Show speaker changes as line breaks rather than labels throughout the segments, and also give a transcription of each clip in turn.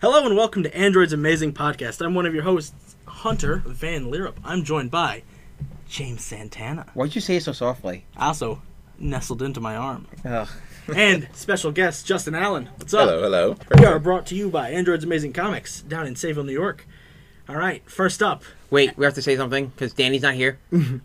Hello and welcome to Android's Amazing Podcast. I'm one of your hosts, Hunter Van Leerup. I'm joined by James Santana,
Why'd you say it so softly?
also nestled into my arm,
Ugh.
and special guest Justin Allen. What's up?
Hello, hello.
We are brought to you by Android's Amazing Comics down in Sayville, New York. All right, first up.
Wait, we have to say something because Danny's not here.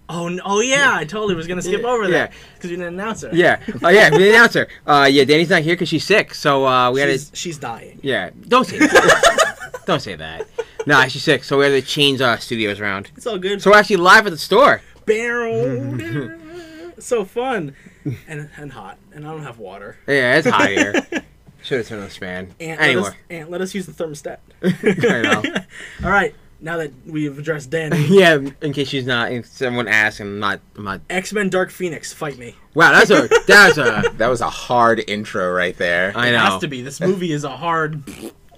Oh, n- oh yeah, I totally was gonna skip
Yeah,
over that
yeah.
because you didn't announce her.
Yeah. Oh yeah, we announced her. Uh, yeah, Danny's not here because she's sick. So uh, we had
she's,
to.
she's dying.
Yeah. Don't say. that. don't say that. Nah, she's sick. So we had to change uh, studios around.
It's all good.
So we're actually live at the store.
barrel. so fun and and hot, and I don't have water.
Yeah, it's hot here. Should have turned on the fan.
And
anyway.
let us, and let us use the thermostat.
I know.
All right, now that we've addressed Danny,
Yeah, in case she's not, if someone asks, I'm not, I'm not.
X Men Dark Phoenix, fight me.
Wow, that's a, that's a.
That was a hard intro right there.
I know.
It has to be. This movie is a hard.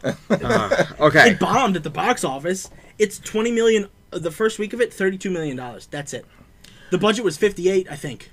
Uh, okay.
It bombed at the box office. It's twenty million. uh, The first week of it, thirty-two million dollars. That's it. The budget was fifty-eight, I think.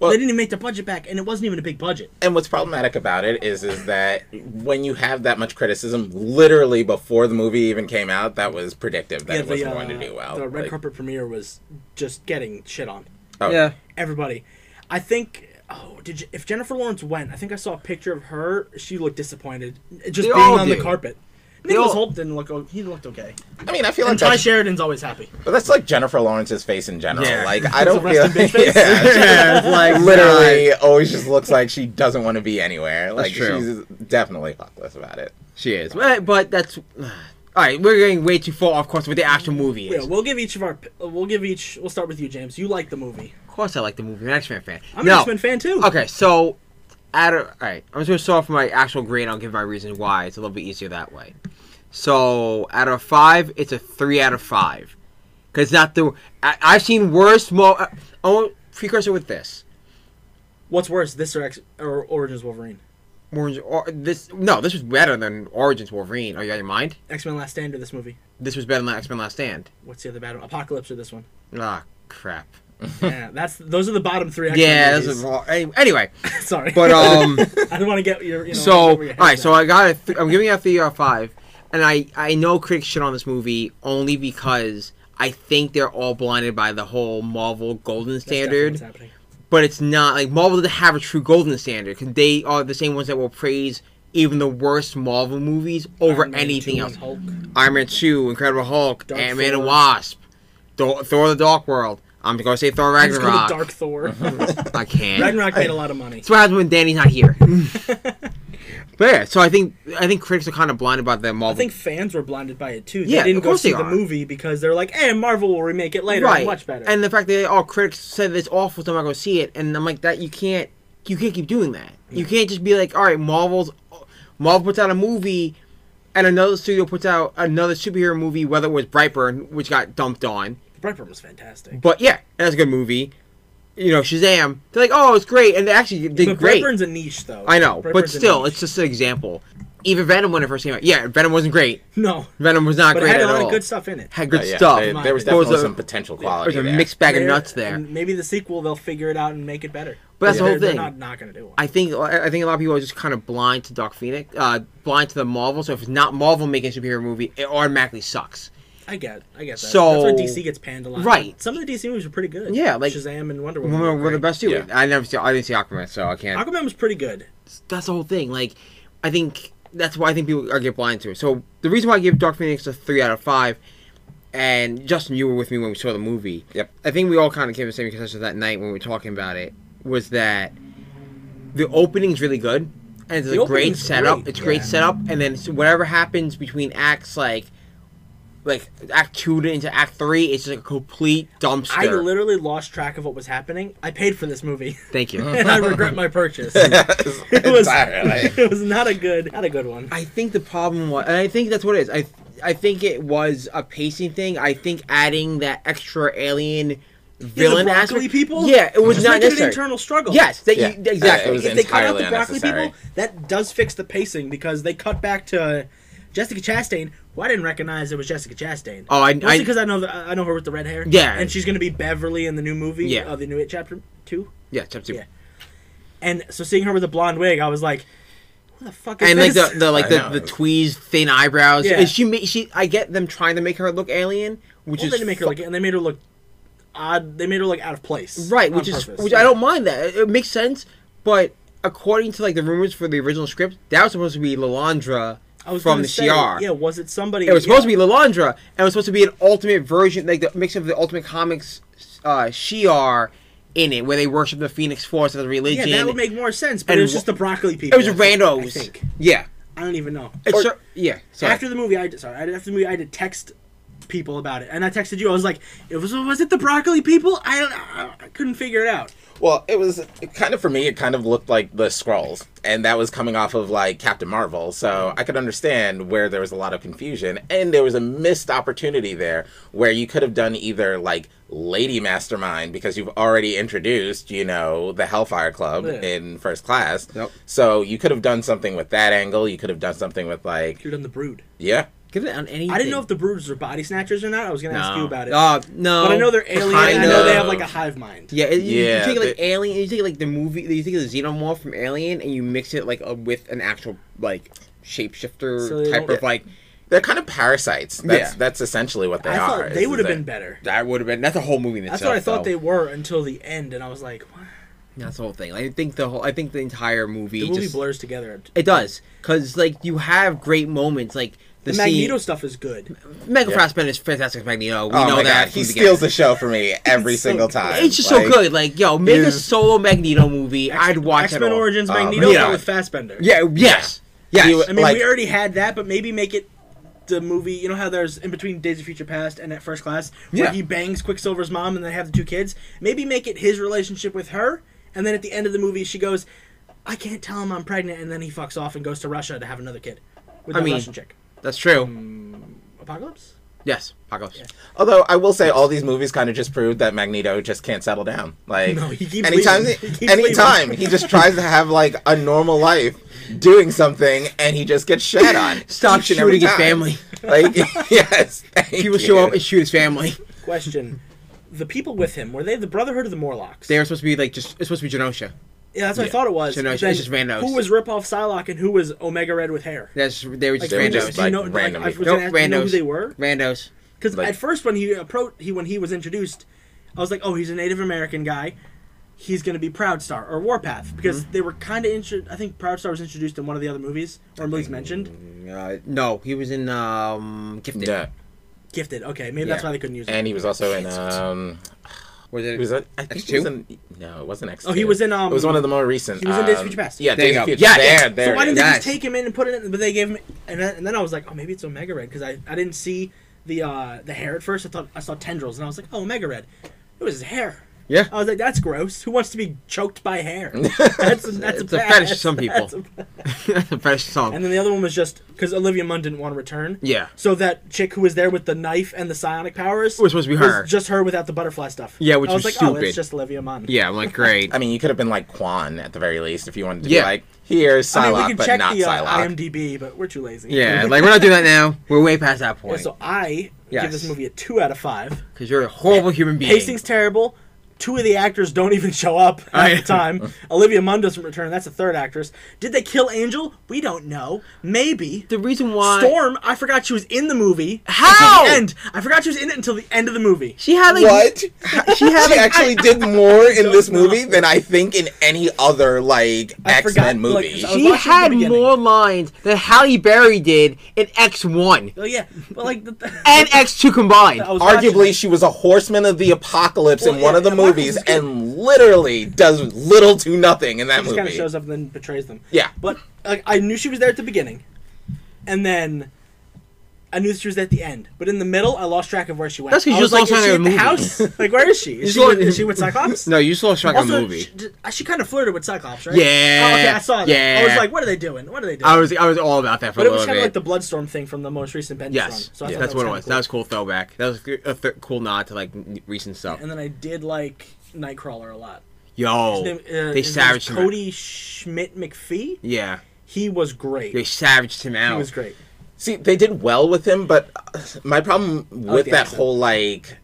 Well-
they didn't even make the budget back, and it wasn't even a big budget.
And what's problematic about it is is that when you have that much criticism, literally before the movie even came out, that was predictive that it
the,
wasn't
uh,
going to do well.
the red
Like,
carpet premiere was just getting shit on.
oh,
Yeah.
everybody. I think. Oh, did you, if Jennifer Lawrence went? I think I saw a picture of her. She looked disappointed, just being
all
on the
do.
carpet. Nicholas
all-
Holt didn't look. o- He looked okay.
I mean, I feel
And
like
Ty
that's,
Sheridan's always happy.
but that's like Jennifer Lawrence's face in general.
Yeah.
Like
It's
I
a
don't feel
resting bitch face.
Yeah,
Yeah, it's like
she literally always just looks like she doesn't want to be anywhere. Like
true.
she's definitely fuckless about it.
She is, but, but that's all right. We're getting way too far off course with the actual movie. Is.
Yeah, we'll give each of our. p- uh, We'll give each. We'll start with you, James. You like the movie?
of course, I like the movie. I'm an X Men fan.
I'm an
No.
X Men fan too.
Okay, so at a, all right, I'm just gonna start off with my actual grade. and I'll give my reason why. It's a little bit easier that way. So out of five, it's a three out of five. Cause not the I, I've seen worse. Mo, uh, oh, precursor with this.
What's worse, this or X or Origins Wolverine?
Orange, or, this no, this was better than Origins Wolverine. Are you out of your mind?
X Men Last Stand or this movie?
This was better than X Men Last Stand.
What's the other bad one? Apocalypse or this one?
Ah, crap.
yeah, that's those are the bottom three. X-Men
Yeah, this
movies.
is, anyway.
sorry.
But um.
I don't want to get your. You know,
so all
where your head's
right, so
at.
I got it. I'm giving it a three out of five, and I I know critics shit on this movie only because I think they're all blinded by the whole Marvel golden
That's definitely what's
standard,
happening.
but it's not like Marvel doesn't have a true golden standard because they are the same ones that will praise even the worst Marvel movies over
Iron Man
anything
2
else.
and Hulk.
Iron Man Two, Incredible Hulk,
Dark
Ant Man
Thor.
and Wasp, Thor, Thor: The Dark World. I'm gonna say Thor
I'm just gonna
Ragnarok.
Dark Thor.
I can't.
Ragnarok made a lot of money.
That's what happens when Danny's not here. but yeah, so I think I think critics are kind of blinded by the Marvel.
I think fans were blinded by it too. They
Yeah,
didn't
of
go
course
see
they
the
are.
movie because they're like, "Hey, Marvel will remake it later,
right,
and much better."
And the fact that all critics said it's awful, so I'm not going to see it. And I'm like, that you can't you can't keep doing that. You can't just be like, all right, Marvel's Marvel puts out a movie, and another studio puts out another superhero movie, whether it was Brightburn, which got dumped on.
Brightburn was fantastic.
But yeah, that's a good movie. You know, Shazam. They're like, oh, it's great, and they actually did
But
great.
Brightburn's a niche, though.
I know, but
Brightburn's a
still,
niche.
it's just an example. Even Venom when it first came out, yeah, Venom wasn't great.
no.
Venom was not
But it
great
had a
at
lot
all.
of good stuff in it.
Had good
But Uh, yeah,
stuff.
they- there was
There
was
definitely
a-
some potential quality
There's a
there.
mixed bag of
They're-
nuts there.
and maybe the sequel they'll figure it out and make it better.
But that's the
They're-
whole
they're
thing.
not not gonna do one.
I think I think a lot of people are just kind of blind to Dark Phoenix, uh, blind to the Marvel. So if it's not Marvel making a superhero movie, it automatically sucks.
I get, I get that.
So-
that's why DC gets panned a lot.
Right.
Some of the DC movies were pretty good.
Yeah, like-
Shazam and Wonder Woman.
One of
were
one of the
great.
best too.
Yeah.
I never see, I didn't see Aquaman, so I can't.
Aquaman was pretty good.
that's the whole thing. Like, I think that's why I think people are get blind to it. So the reason why I give Dark Phoenix a three out of five, and Justin, you were with me when we saw the movie.
Yep.
I think we all kind of came to the same conclusion that night when we were talking about it was that the opening's really good and it's
The
a great
opening's
setup.
great,
It's great
yeah.
setup, and then it's whatever happens between acts, like. Like Act Two to into Act Three, it's just a complete dumpster.
I literally lost track of what was happening. I paid for this movie,
Thank you.
and I regret my purchase.
it
it was
entirely.
it was not a good not a good one.
I think the problem was, and I think that's what it is. I I think it was a pacing thing. I think adding that extra alien villain
broccoli
aspect-
people?
Yeah, it was
Just
not
make it an
necessary.
internal struggle.
Yes, that
Yeah.
you, exactly.
Uh, it was
if they cut out the
entirely
broccoli people,
unnecessary.
that does fix the pacing because they cut back to uh, Jessica Chastain, who I didn't recognize it was Jessica Chastain.
Oh, I-
mostly
I-
because I know the, I know her with the red hair.
Yeah.
and she's gonna be Beverly in the new movie.
Yeah.
of the new It chapter two.
yeah, chapter two.
Yeah. And so seeing her with a blonde wig, I was like, Who the fuck is
and like
this?
the, the like
I
the,
know.
the tweezed thin eyebrows.
Yeah.
Yeah. she ma- she I get them trying to make her look alien, which
Well,
is
they didn't make her
fu-
look, and they made her look odd. They made her look out of place,
right,
on
which is
purpose.
which I don't mind that it, it makes sense, but according to like the rumors for the original script, that was supposed to be Lalandra
I was
from
gonna
the
say,
CR.
Yeah, was it somebody?
It was supposed to be Lalandra, and it was supposed to be an ultimate version, like the mix of the Ultimate Comics uh, Shi'ar in it, where they worship the Phoenix Force as a
Yeah,
religion.
that would make more sense. But
and
it was
wha-
just the broccoli
it
people.
was
I think-
randos.
I think.
Yeah,
I don't even know.
It's
Or-
cer- yeah. Sorry.
after the movie, I did, sorry. I- After the movie, I had to text people about it, and I texted you. I was like, "It was was it the broccoli people? I don't. I, I couldn't figure it out."
Well, it was it kind of for me. It kind of looked like the scrolls, and that was coming off of like Captain Marvel, so
Mm-hmm.
I could understand where there was a lot of confusion, and there was a missed opportunity there where you could have done either like Lady Mastermind because you've already introduced, you know, the Hellfire Club
Yeah.
in First Class,
Yep.
so you could have done something with that angle. You could have done something with like,
You're done the brood.
yeah,
Give it on anything.
I didn't know if the broods are body snatchers or not. I was gonna ask you about it,
Uh, no,
but I know they're alien. and
Kind
I know they
of.
have like a hive mind.
Yeah, it, you-
Yeah,
You take like
they-
Alien, you take like the movie, you take the Xenomorph from Alien, and you mix it like uh, with an actual like shapeshifter
So they
type
don't-
of like.
they're kind of parasites. That's
Yeah.
that's essentially what they
I
are.
thought
is-
they
is
would have
that-
been better.
That would have been that's a whole movie. In
That's
itself,
what I thought
though.
they were until the end, and I was like, "What?"
That's the whole thing. I think the whole. I think the entire movie.
the movie
just,
blurs together.
It does because like you have great moments like the,
The
scene.
Magneto stuff is good.
Michael
Yeah.
Fassbender is fantastic as Magneto. We
Oh
know
my
that.
god,
from
he
the beginning.
steals the show for me every single time.
It's just so
Like,
good. Like yo, make a
His-
solo Magneto movie. I'd watch
X Men
it. all. Um,
Origins
Oh,
Magneto
yeah.
with Fassbender.
Yeah. Yes. Yes.
He was-
I mean,
Like-
we already had that, but maybe make it the movie. You know how there's in between Days of Future Past and at First Class, where
Yeah.
he bangs Quicksilver's mom and they have the two kids. Maybe make it his relationship with her, and then at the end of the movie, she goes, "I can't tell him I'm pregnant," and then he fucks off and goes to Russia to have another kid with
I
that
mean-
Russian chick.
That's true.
Mm. Apocalypse.
Yes, Apocalypse.
Although I will say, all these movies kind of just proved that Magneto just can't settle down. Like
No, he keeps
anytime,
leaving. He keeps
anytime
leaving.
he just tries to have like a normal life, doing something, and he just gets shat on.
Stop
each and every
shooting his
time.
family.
Like yes, thank
He will
you.
show up and shoot his family.
Question: The people with him were they the Brotherhood of the Morlocks?
They were supposed to be like just. It's supposed to be Genosha.
yeah, that's what I thought it was.
So no, it's-
Then
it's just randos.
Who was Ripoff Psylocke and who was Omega Red with hair?
That's they were just
They were
randos.
just,
do you
like,
know, like,
random
I was
people.
gonna
Nope,
ask, do you know who
randos.
they were?
randos.
Because
Like-
at first, when he approached, he when he was introduced, I was like, "Oh, he's a Native American guy. He's gonna be Proud Star or Warpath." Because
Mm-hmm.
they were kind of intro. I think Proud Star was introduced in one of the other movies, or at least mentioned.
Uh, no, he was in um Gifted.
Yeah,
Gifted. Okay, maybe that's
Yeah.
why they couldn't use it.
and he was also in um.
Was it?
Was it? I think
X2?
it was in, no, it wasn't X.
Oh, he was in, um,
It was one of the more recent.
he was in Days of
um,
Future Past.
Yeah,
There
Days
you
of
go.
Future.
Yeah,
there,
yeah.
there.
So why
it
didn't
is.
they
Nice.
just take him in and put it? in But they gave him, and then, and then I was like, "Oh, maybe it's Omega Red," because I, I didn't see the uh, the hair at first. I thought I saw tendrils, and I was like, "Oh, Omega Red." It was his hair.
Yeah.
I was like, "That's gross. Who wants to be choked by hair?" That's a, that's
It's
a,
a
bad-
fetish to some people.
that's a bad-
That's a fresh song.
Oh. And then the other one was just because Olivia Munn didn't want to return.
Yeah.
So that chick who was there with the knife and the psionic powers
Was supposed to be her.
just her without the butterfly stuff.
Yeah, which
I was
was
like, oh,
stupid.
it's just Olivia Munn.
yeah, I'm like great.
I mean, you could have been like Quan at the very least if you wanted to
Yeah.
be like here's
I
Psylocke,
mean, we can
but
check
not
the
Psylocke.
uh, IMDb, but we're too lazy.
yeah, like we're not doing that now. We're way past that
Yeah,
point.
so I give
Yes.
this movie a two out of five.
Because you're a horrible human being.
Pacing's terrible. Two of the actors don't even show up at
I-
the time. Olivia Munn doesn't return. That's a third actress. Did they kill Angel? We don't know. Maybe.
The reason why
Storm, I forgot she was in the movie.
How?
Until the end. I forgot she was in it until the end of the movie.
she had like
What?
she had
She
like,
actually did more in this movie than I think in any other like
I
X
forgot,
Men
like,
movie.
I was
she
watching the
had
beginning.
more lines than Halle Berry did in X One
Oh yeah, but like the,
and X Two combined.
I was
Arguably, she was a horseman of the apocalypse
Well,
in one
yeah,
of the
and Apocalypse
movies,
is good.
and literally does little to nothing in that
just kind of
movie.
shows up and then betrays them.
Yeah.
but like I knew she was there at the beginning, and then I knew she was at the end. But in the middle, I lost track of where she went.
That's 'cause
I
you
was
just lost
like,
track of
is she
the
at the house. Like where is she? Is she,
just
with,
lost-
is she with Cyclops?
No, you saw Shrek in the
Also,
movie.
She, did- she kind of flirted with Cyclops, right?
Yeah.
Oh, okay, I saw that. I was
Yeah.
like, what are they doing? What are they doing?
I was I was all about that for
but
a
it was
little
kind
bit.
of like the Bloodstorm thing from the most recent Bendis run.
yes,
So I
yeah,
thought
that's
that
what it
kinda
was.
cool.
That was a cool throwback. That was a th- cool nod to like n- recent stuff.
And then I did like Nightcrawler a lot.
Yo,
His name, uh,
Oh, they
his name was
savaged him. out.
Cody Schmidt McPhee.
Yeah,
He was great.
they savaged him out.
He was great.
See, they did well with him, but uh, my problem with
Oh, the
that
accent.
whole like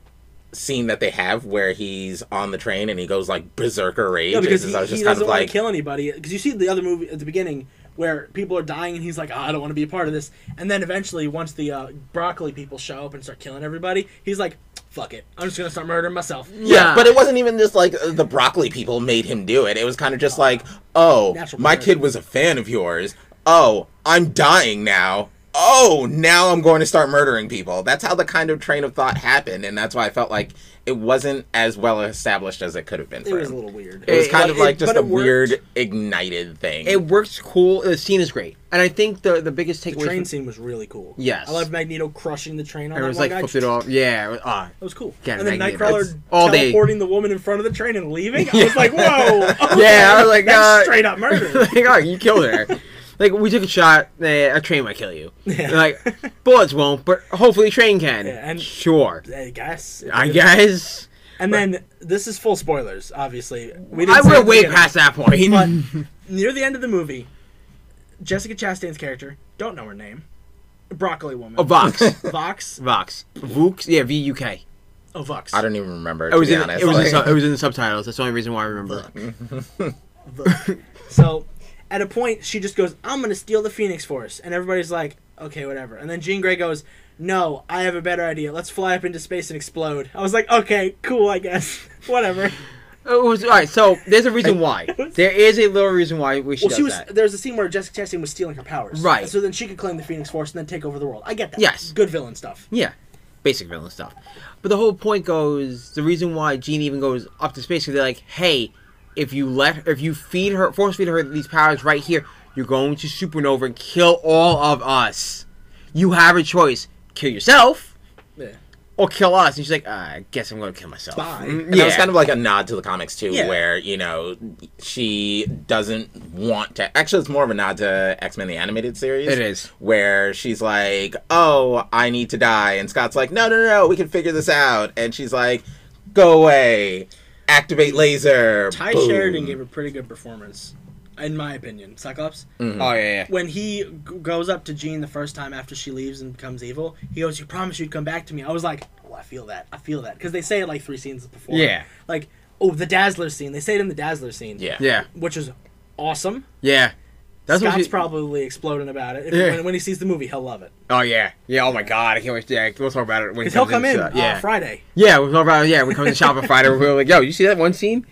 scene that they have where he's on the train and he goes like berserker rage
No, because
is
he,
I was just
he
kind of
doesn't want
like
to kill anybody. Because you see the other movie at the beginning where people are dying and he's like, oh, I don't want to be a part of this. And then eventually, once the uh, broccoli people show up and start killing everybody, he's like, fuck it, I'm just gonna start murdering myself.
Yeah,
Yeah.
but it wasn't even just like uh, the broccoli people made him do it. It was kind of just like, oh,
Uh, Natural
my
preserve.
kid was a fan of yours. Oh, I'm dying now. Oh, now I'm going to start murdering people. That's how the kind of train of thought happened, and that's why I felt like it wasn't as well established as it could have been.
It
For
was a
him.
little weird.
It was
It-
kind
it-
of like
it-
just
but it
a
worked.
weird ignited thing.
It works cool. The scene is great, and I think the the biggest
The
takeaway.
train
from-
scene was really cool.
Yes.
I love Magneto crushing the train on
It
that
was
one
like
guy.
flipped it off. Yeah. It was, ah.
That was cool.
Yeah,
and then
Magneto.
Nightcrawler
It's all day.
teleporting the woman in front of the train and leaving. I was like, whoa.
Yeah, I was like,
that's
uh,
straight up murder.
like, oh, you killed her. like, we took a shot. Eh, a train might kill you.
Yeah.
Like, bullets won't, but hopefully a train can.
Yeah, and-
sure.
I guess.
I guess.
And then this is full spoilers, obviously. We say
I
at
would have
the
way
beginning,
past that point.
But near the end of the movie, Jessica Chastain's character, don't know her name, broccoli woman,
a Vox.
Vox,
Vox. Vux. Yeah, V U K.
oh Vox,
I don't even remember.
It
To
was
be
in.
honest.
It was in,
Like,
sub- it was in the subtitles. That's the only reason why I remember. it.
The- so at a point she just goes i'm gonna steal the phoenix force and everybody's like okay whatever and then jean gray goes no i have a better idea let's fly up into space and explode i was like okay cool i guess whatever
It was all right. So there's a reason why. There is a little reason why we should.
well she was
that.
there's a scene where jessica chastain was stealing her powers
Right.
so then she could claim the phoenix force and then take over the world i get that
Yes.
good villain stuff
Yeah, basic villain stuff. But the whole point goes the reason why Jean even goes up to space because they're like, hey, if you let if you feed her force feed her these powers right here, you're going to supernova and kill all of us. You have a choice: kill yourself
yeah
or kill us. And she's like, I guess I'm going to kill myself.
Bye.
Mm,
And
yeah.
that was kind of like a nod to the comics too,
Yeah.
where you know she doesn't want to. Actually, it's more of a nod to X Men: The Animated Series.
It is.
where she's like, "Oh, I need to die," and Scott's like, "No, no, no, no, we can figure this out," and she's like, "Go away, activate laser."
ty
Boom.
sheridan gave a pretty good performance in my opinion cyclops
oh yeah. yeah.
when he g- goes up to Jean the first time after she leaves and becomes evil, he goes, "You promised you'd come back to me." I was like, "Oh, I feel that. I feel that." Because they say it like three scenes before.
Yeah.
Like, oh, the Dazzler scene. They say it in the Dazzler scene.
Yeah.
Yeah,
Which is awesome.
yeah. That's what
Scott's
she-
probably exploding about it. If,
Yeah.
when, when he sees the movie, he'll love it.
Oh yeah, yeah. Oh my god, I can't wait. Yeah, we'll talk about it when it
Because he'll
comes
come in
so-
uh,
yeah,
Friday
yeah. We'll talk about it. Yeah, we come to shop on Friday. We're like, yo, you see that one scene?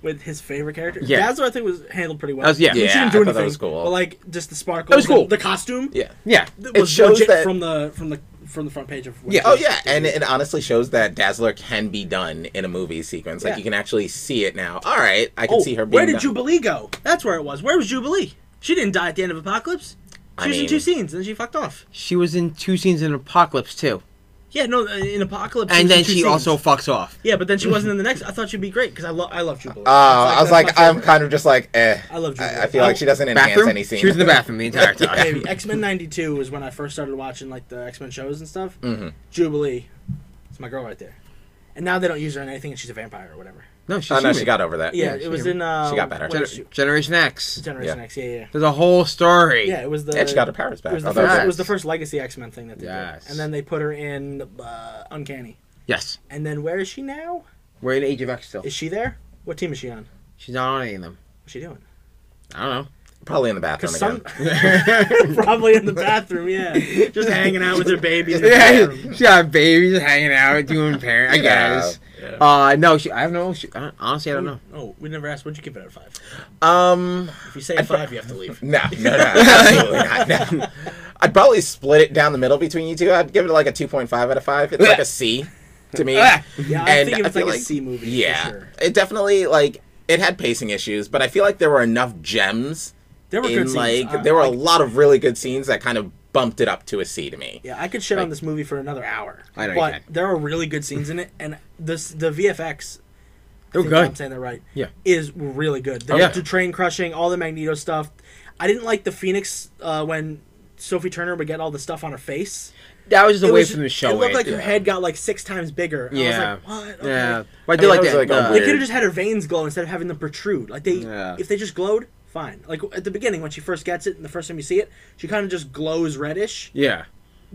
with his favorite character.
Yeah.
Dazzler, I think, was handled pretty well.
That was- yeah.
I mean, she
Yeah,
didn't do
I
anything.
thought that was cool.
But, like, just the sparkle.
That was cool.
The, the costume.
Yeah.
Yeah.
th-
It
Was
shows
legit
that-
from the from the from the front page of.
Yeah.
Oh yeah, and it honestly shows that Dazzler can be done in a movie sequence. Like
Yeah.
you can actually see it now. All right, I can
Oh,
see her. Being
where did
done.
Jubilee go? That's where it was. Where was Jubilee? She didn't die at the end of Apocalypse. She
I
was in
mean-
two scenes, and then she fucked off.
She was in two scenes in Apocalypse too,
Yeah, no, uh, in Apocalypse. was
and
in
then
two
she
scenes.
also fucks off.
Yeah, but then she wasn't in the next. I thought she'd be great because I love I love Jubilee.
Oh, I
that's
was like,
my
I'm
favorite.
kind of just like, eh.
I love Jubilee. Oh,
I, I feel like she doesn't enhance
Bathroom.
any scene.
She was in the bathroom the entire time.
Baby, X Men '92 was when I first started watching like the X Men shows and stuff. Mm-hmm. Jubilee, it's my girl right there. And now they don't use her in anything, and she's a vampire or whatever.
No, she,
oh no,
human.
she got over that.
Yeah,
she-
it was in. Uh,
she got better.
what is she-
Gen- Generation X.
Generation
Yeah.
X. Yeah, yeah.
There's a whole story.
Yeah, it was the.
and she got her powers
It
back. Oh,
was, the
although
first,
Yes.
it was the first Legacy X Men thing that they
Yes.
did, and then they put her in uh, Uncanny.
Yes.
And then where is she now?
We're in Age of X still.
Is she there? What team is she on?
She's not on any of them.
What's she doing?
I don't know.
probably in the bathroom
Because
again.
some probably in the bathroom, yeah, just hanging out with her baby. In the bathroom.
Yeah, she got babies hanging out, doing parent. I
Yeah.
guess. Uh, no, she. I don't know. She, I don't, honestly, I don't know.
Oh, we never asked. What'd you give it out of five?
Um,
If you say a five, you have to leave.
no, no, no, absolutely not. No. I'd probably split it down the middle between you two. I'd give it like a 2.5 out of 5. It's like a C to me.
Ah.
Yeah, I
And
think it
I
was like,
feel
a
like-
C movie. for
Yeah.
sure.
It definitely, like, it had pacing issues, but I feel like there were enough gems
there were good
in,
scenes.
like,
I-
there were a
like-
lot of really good scenes that kind of bumped it up to a C to me.
yeah, I could shit on this movie for another hour.
I know you
but
can.
there are really good scenes in it, and this the VFX.
They're
think I'm
good.
saying that right.
Yeah. Oh,
is were really good. The,
yeah.
the train crushing, all the Magneto stuff. I didn't like the Phoenix uh, when Sophie Turner would get all the stuff on her face.
That was just
It
away
was-
from the show.
It looked
eh?
like her head got like six times bigger. And
Yeah.
I was like, what? Okay.
Yeah, but I
I
did
mean,
like that.
that was, like, a
uh,
They
weird-
could have just had her veins glow instead of having them protrude. Like they,
Yeah.
if they just glowed, fine. Like at the beginning when she first gets it and the first time you see it, she kind of just glows reddish.
Yeah.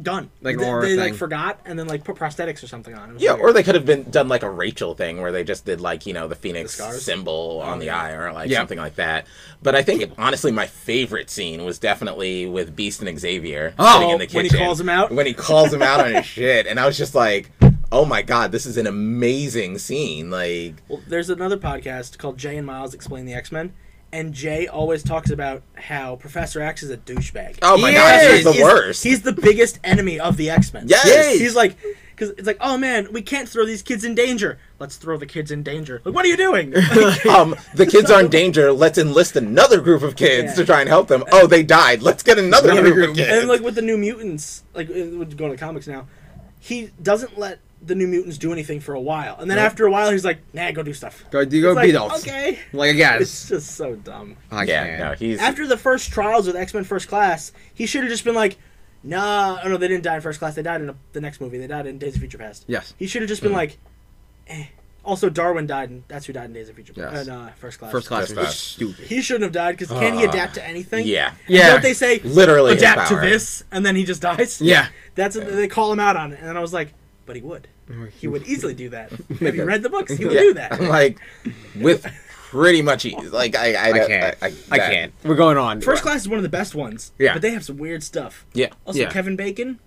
done.
Like an
they,
aura
they like
thing.
forgot and then like put prosthetics or something on. It was
Yeah,
weird.
or they could have been done like a Rachel thing where they just did like you know the phoenix
The scars?
symbol on the eye or like
Yeah.
something like that. But I think honestly, my favorite scene was definitely with Beast and Xavier
Oh,
sitting in the
when he
kitchen
calls him out?
When he calls him out on his shit, and I was just like, "Oh my god, this is an amazing scene!" Like,
Well, there's another podcast called Jay and Miles Explain the X Men, and Jay always talks about how Professor X is a douchebag.
oh my
He
god, this
is!
is the
he's,
worst.
He's the biggest enemy of the X Men.
Yes! Yes!
he's like, because it's like, oh man, we can't throw these kids in danger. Let's throw the kids in danger. Like, what are you doing?
um, the kids are in danger. Let's enlist another group of kids
Yeah.
to try and help them. Oh, they died. Let's get another,
Another
group,
group.
of kids.
and like with the New Mutants, like uh, we're going to comics now, he doesn't let the New Mutants do anything for a while, and then
Nope.
after a while, he's like, nah, go do stuff.
Go, do
It's
go
like,
beat us.
Okay.
Like I guess.
It's just so dumb.
I
yeah,
can't.
no, he's
After the first trials with X Men First Class, he should have just been like, "Nah, oh no, they didn't die in First Class. They died in a, the next movie. They died in Days of Future Past."
Yes.
He should have just been like, eh. "Also, Darwin died, and that's who died in Days of Future Past.
Yes.
Uh, no, First Class.
First class
First
was
class.
stupid.
He shouldn't have died because can he
Ah.
adapt to anything?
yeah.
And
Yeah.
Don't they say
Literally his
adapt to
power.
this, and then he just dies?
Yeah.
That's what they call him out on it, and I was like, but he would. He would easily do that. Have you read the books? He would
Yeah,
do that.
I'm like, with pretty much ease. Like I, I,
I
don't-
can't. I,
that-
can't. We're going on.
First Class is one of the best ones.
Yeah.
But they have some weird stuff.
Yeah.
Also,
Yeah.
Kevin Bacon,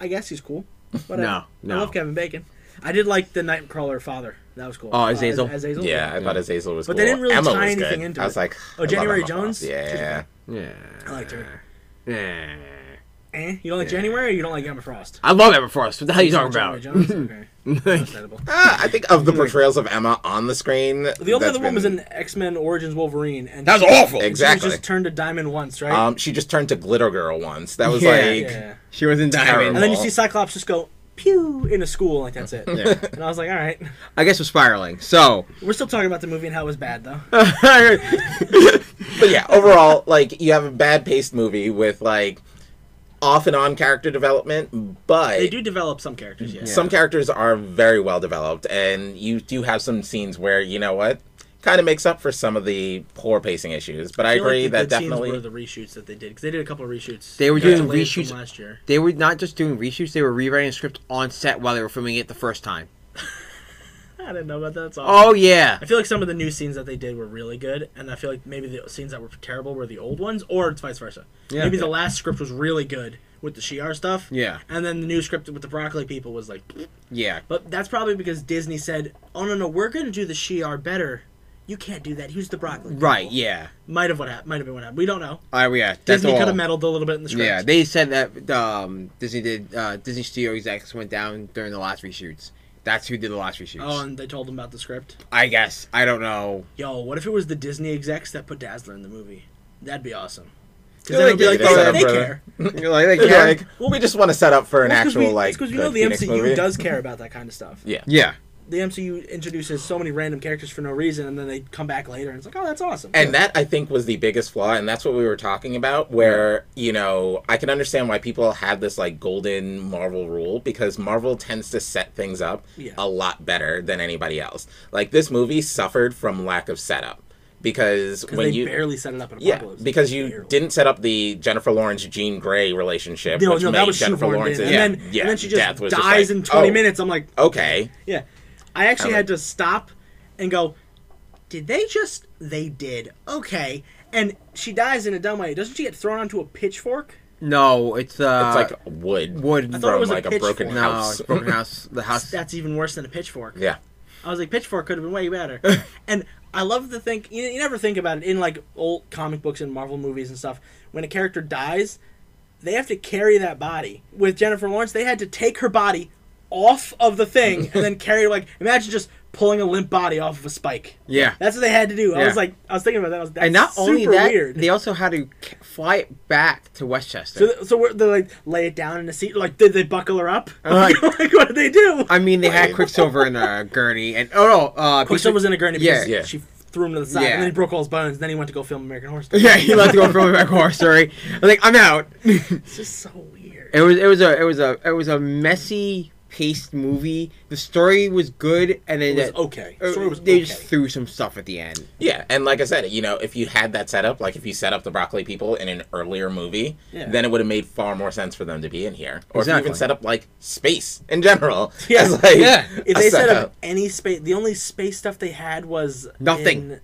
I guess he's cool. Whatever.
No, no.
I love Kevin Bacon. I did like the Nightcrawler father. That was cool.
Oh, Azazel?
Az- Azazel?
Yeah, I thought Azazel was
But
cool.
they didn't really
Emma
tie
was good.
anything into
I was
it.
like,
Oh,
I love
January
Emma
Jones?
Fox. Yeah,
She's
yeah.
Yeah.
I liked her.
Yeah.
Eh? You don't like January or you don't like Emma Frost?
I love Emma Frost. What the hell are you talking
January
about?
Jones? Okay. Understandable.
Ah, I think of the portrayals of Emma on the screen.
The only other one was in X Men Origins Wolverine. and
That was
she-
awful.
she was
Exactly.
just turned to Diamond once, right?
Um, she just turned to Glitter Girl once. That was
Yeah.
like,
yeah.
She was in Diamond.
And then you
Well-
see Cyclops just go pew in a school, like that's it.
Yeah.
And I was like, all right.
I guess we're spiraling. So,
We're still talking about the movie and how it was bad, though.
but yeah, overall, like you have a bad paced movie with like off and on character development, but
They do develop some characters, yeah.
some characters are very well developed and you do have some scenes where you know what kind of makes up for some of the poor pacing issues but i,
feel like
agree
the
that
good scenes were
definitely
the reshoots that they did because they did a couple of reshoots.
They were
that
doing
delayed from
reshoots-
last year.
they were not just doing reshoots, they were rewriting the script on set while they were filming it the first time.
I didn't know about that. That's all.
Oh, yeah.
I feel like some of the new scenes that they did were really good, and I feel like maybe the scenes that were terrible were the old ones, or it's vice versa.
Yeah.
maybe the last script was really good with the Shi'ar stuff.
Yeah.
and then the new script with the broccoli people was like,
Yeah.
but that's probably because Disney said, "Oh no, no, we're gonna do the Shi'ar better. You can't do that. Here's the broccoli." people."
Right, yeah.
Might have what hap- Might have been what happened. We don't know.
All right, yeah. That's
Disney
all.
could have meddled a little bit in the script.
Yeah, they said that um, Disney did uh, Disney studio execs went down during the last reshoots. That's who did the last reshoots.
oh, and they told them about the script.
I guess I don't know.
Yo, what if it was the Disney execs that put Dazzler in the movie? That'd be awesome.
Yeah,
Because then it'd be
they
like,
did
they,
that,
they
brother.
care.
You're like,
yeah,
yeah,
like, well, we just want to set up for an
Well, 'cause
actual
we,
like
because we
good
know the
Phoenix
MCU
movie.
does care about that kind of stuff.
yeah
yeah,
The MCU introduces so many random characters for no reason, and then they come back later, and it's like, oh, that's awesome.
and that i think was the biggest flaw and that's what we were talking about where you know i can understand why people have this like golden marvel rule because marvel tends to set things up
Yeah.
a lot better than anybody else like this movie suffered from lack of setup because
because
when
they
you
barely set it up in
Yeah,
Apocalypse.
because you
Barely.
didn't set up the Jennifer Lawrence Jean Grey relationship.
No,
which
no,
made
that was
Jennifer
shoehorned
Lawrence.
in. And,
yeah,
then, and then she just
Death
dies
was just like,
in 20
oh,
minutes. I'm like,
Okay,
yeah. I actually
I'm
had to stop and go, did they just. They did. Okay. And she dies in a dumb way. Doesn't she get thrown onto a pitchfork?
no, it's uh,
it's like wood.
wood.
I thought
from
it was a
like a,
pitchfork.
broken
no,
house.
it's broken house. The house.
That's even worse than a pitchfork.
yeah,
I was like, Pitchfork could have been way better. and I love to think you, you never think about it in like old comic books and Marvel movies and stuff. When a character dies, they have to carry that body. With Jennifer Lawrence, they had to take her body off of the thing and then carry like imagine just pulling a limp body off of a spike.
Yeah.
that's what they had to do. I
Yeah.
was like, I was thinking about that. I was, that's
and not only
super
that,
weird.
they also had to c- fly it back to Westchester.
so, th- so we're, they like lay it down in a seat. Like, did they buckle her up?
Like-
Like, what did they do?
I mean, they had
Wait.
Quicksilver in a gurney, and oh no, uh,
Quicksilver was in a gurney
Yeah,
because
yeah.
she threw him to the side,
Yeah.
and then he broke all his bones. And then he went to go film American Horror Story.
yeah, he left to go from back horror story. I'm like, I'm out.
It's just so weird.
It was it was a it was a it was a messy paced movie. The story was good, and
It
then
was
that-
okay.
uh,
Story was
they
okay.
just threw some stuff at the end.
Yeah, and like I said, you know, if you had that setup, like if you set up the broccoli people in an earlier movie,
Yeah.
then it would have made far more sense for them to be in here. Or if you
Exactly.
even set up like space in general.
Yeah.
as, like,
Yeah.
If
a
they set
setup.
up any space, the only space stuff they had was
Nothing. Oh.
In,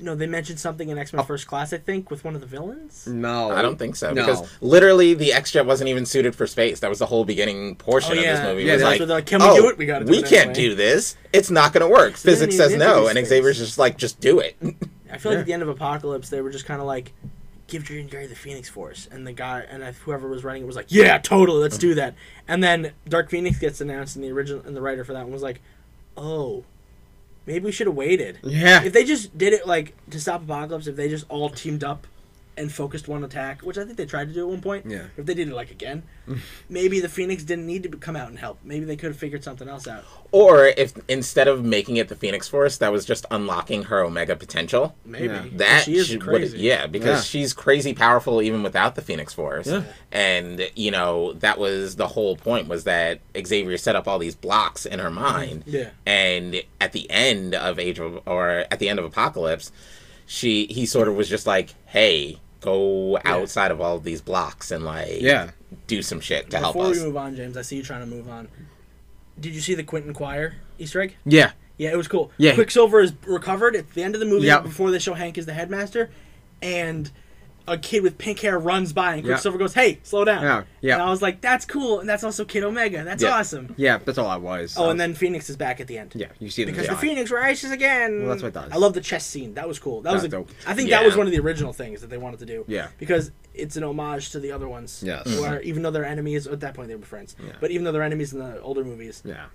no, they mentioned something in X Men First Class, I think, with one of the villains.
No,
I don't think so
No.
because literally the extra wasn't even suited for space. That was the whole beginning portion
Oh,
of this
yeah.
movie.
Yeah,
was
that's
like,
what they're like, "Can we
"Oh,
do it? We gotta do it
can't
anyway."
do this. It's not going to work.
then
Physics
you
says
did
no."
do
And
space.
Xavier's just like, "Just do it."
I feel like
Yeah.
at the end of Apocalypse, they were just kind of like, "Give Jean Grey the Phoenix Force," and the guy and I, whoever was writing it was like, "Yeah, totally, let's do that." And then Dark Phoenix gets announced, and the original and the writer for that one was like, "Oh, maybe we should have waited."
Yeah,
If they just did it like to stop Apocalypse, if they just all teamed up and focused one attack, which I think they tried to do at one point,
Yeah.
if they did it like again, maybe the Phoenix didn't need to be- come out and help. Maybe they could have figured something else out.
or if instead of making it the Phoenix Force, that was just unlocking her Omega potential.
Maybe
Yeah.
That
she is
should- would-
crazy.
yeah, because
Yeah.
she's crazy powerful even without the Phoenix Force.
Yeah.
And you know that was the whole point was that Xavier set up all these blocks in her mind.
Mm-hmm. Yeah.
And at the end of Age of or at the end of Apocalypse, she he sort of was just like, "Hey, go outside of all these blocks and like
yeah.
do some shit to help
Before
us."
we move on, James, I see you trying to move on. Did you see the Quentin Quire Easter egg?
Yeah.
Yeah, it was cool.
Yeah.
Quicksilver is recovered at the end of the movie
Yep.
before they show Hank is the headmaster, and a kid with pink hair runs by and Quicksilver goes, "Hey, slow down!"
Yeah, yeah.
And I was like, "That's cool," and that's also Kid Omega. That's
Yeah.
awesome.
Yeah, that's all I was. Um,
Oh, and then Phoenix is back at the end.
yeah, you see them
Because the
die.
Phoenix rises again.
Well, that's what it does.
I love the chess scene. That was cool. That was.
That's
A,
dope.
I think
Yeah.
that was one of the original things that they wanted to do.
Yeah.
Because it's an homage to the other ones.
Yes.
Where even though they're enemies at that point they were friends, but even though they're enemies in the older movies,
yeah.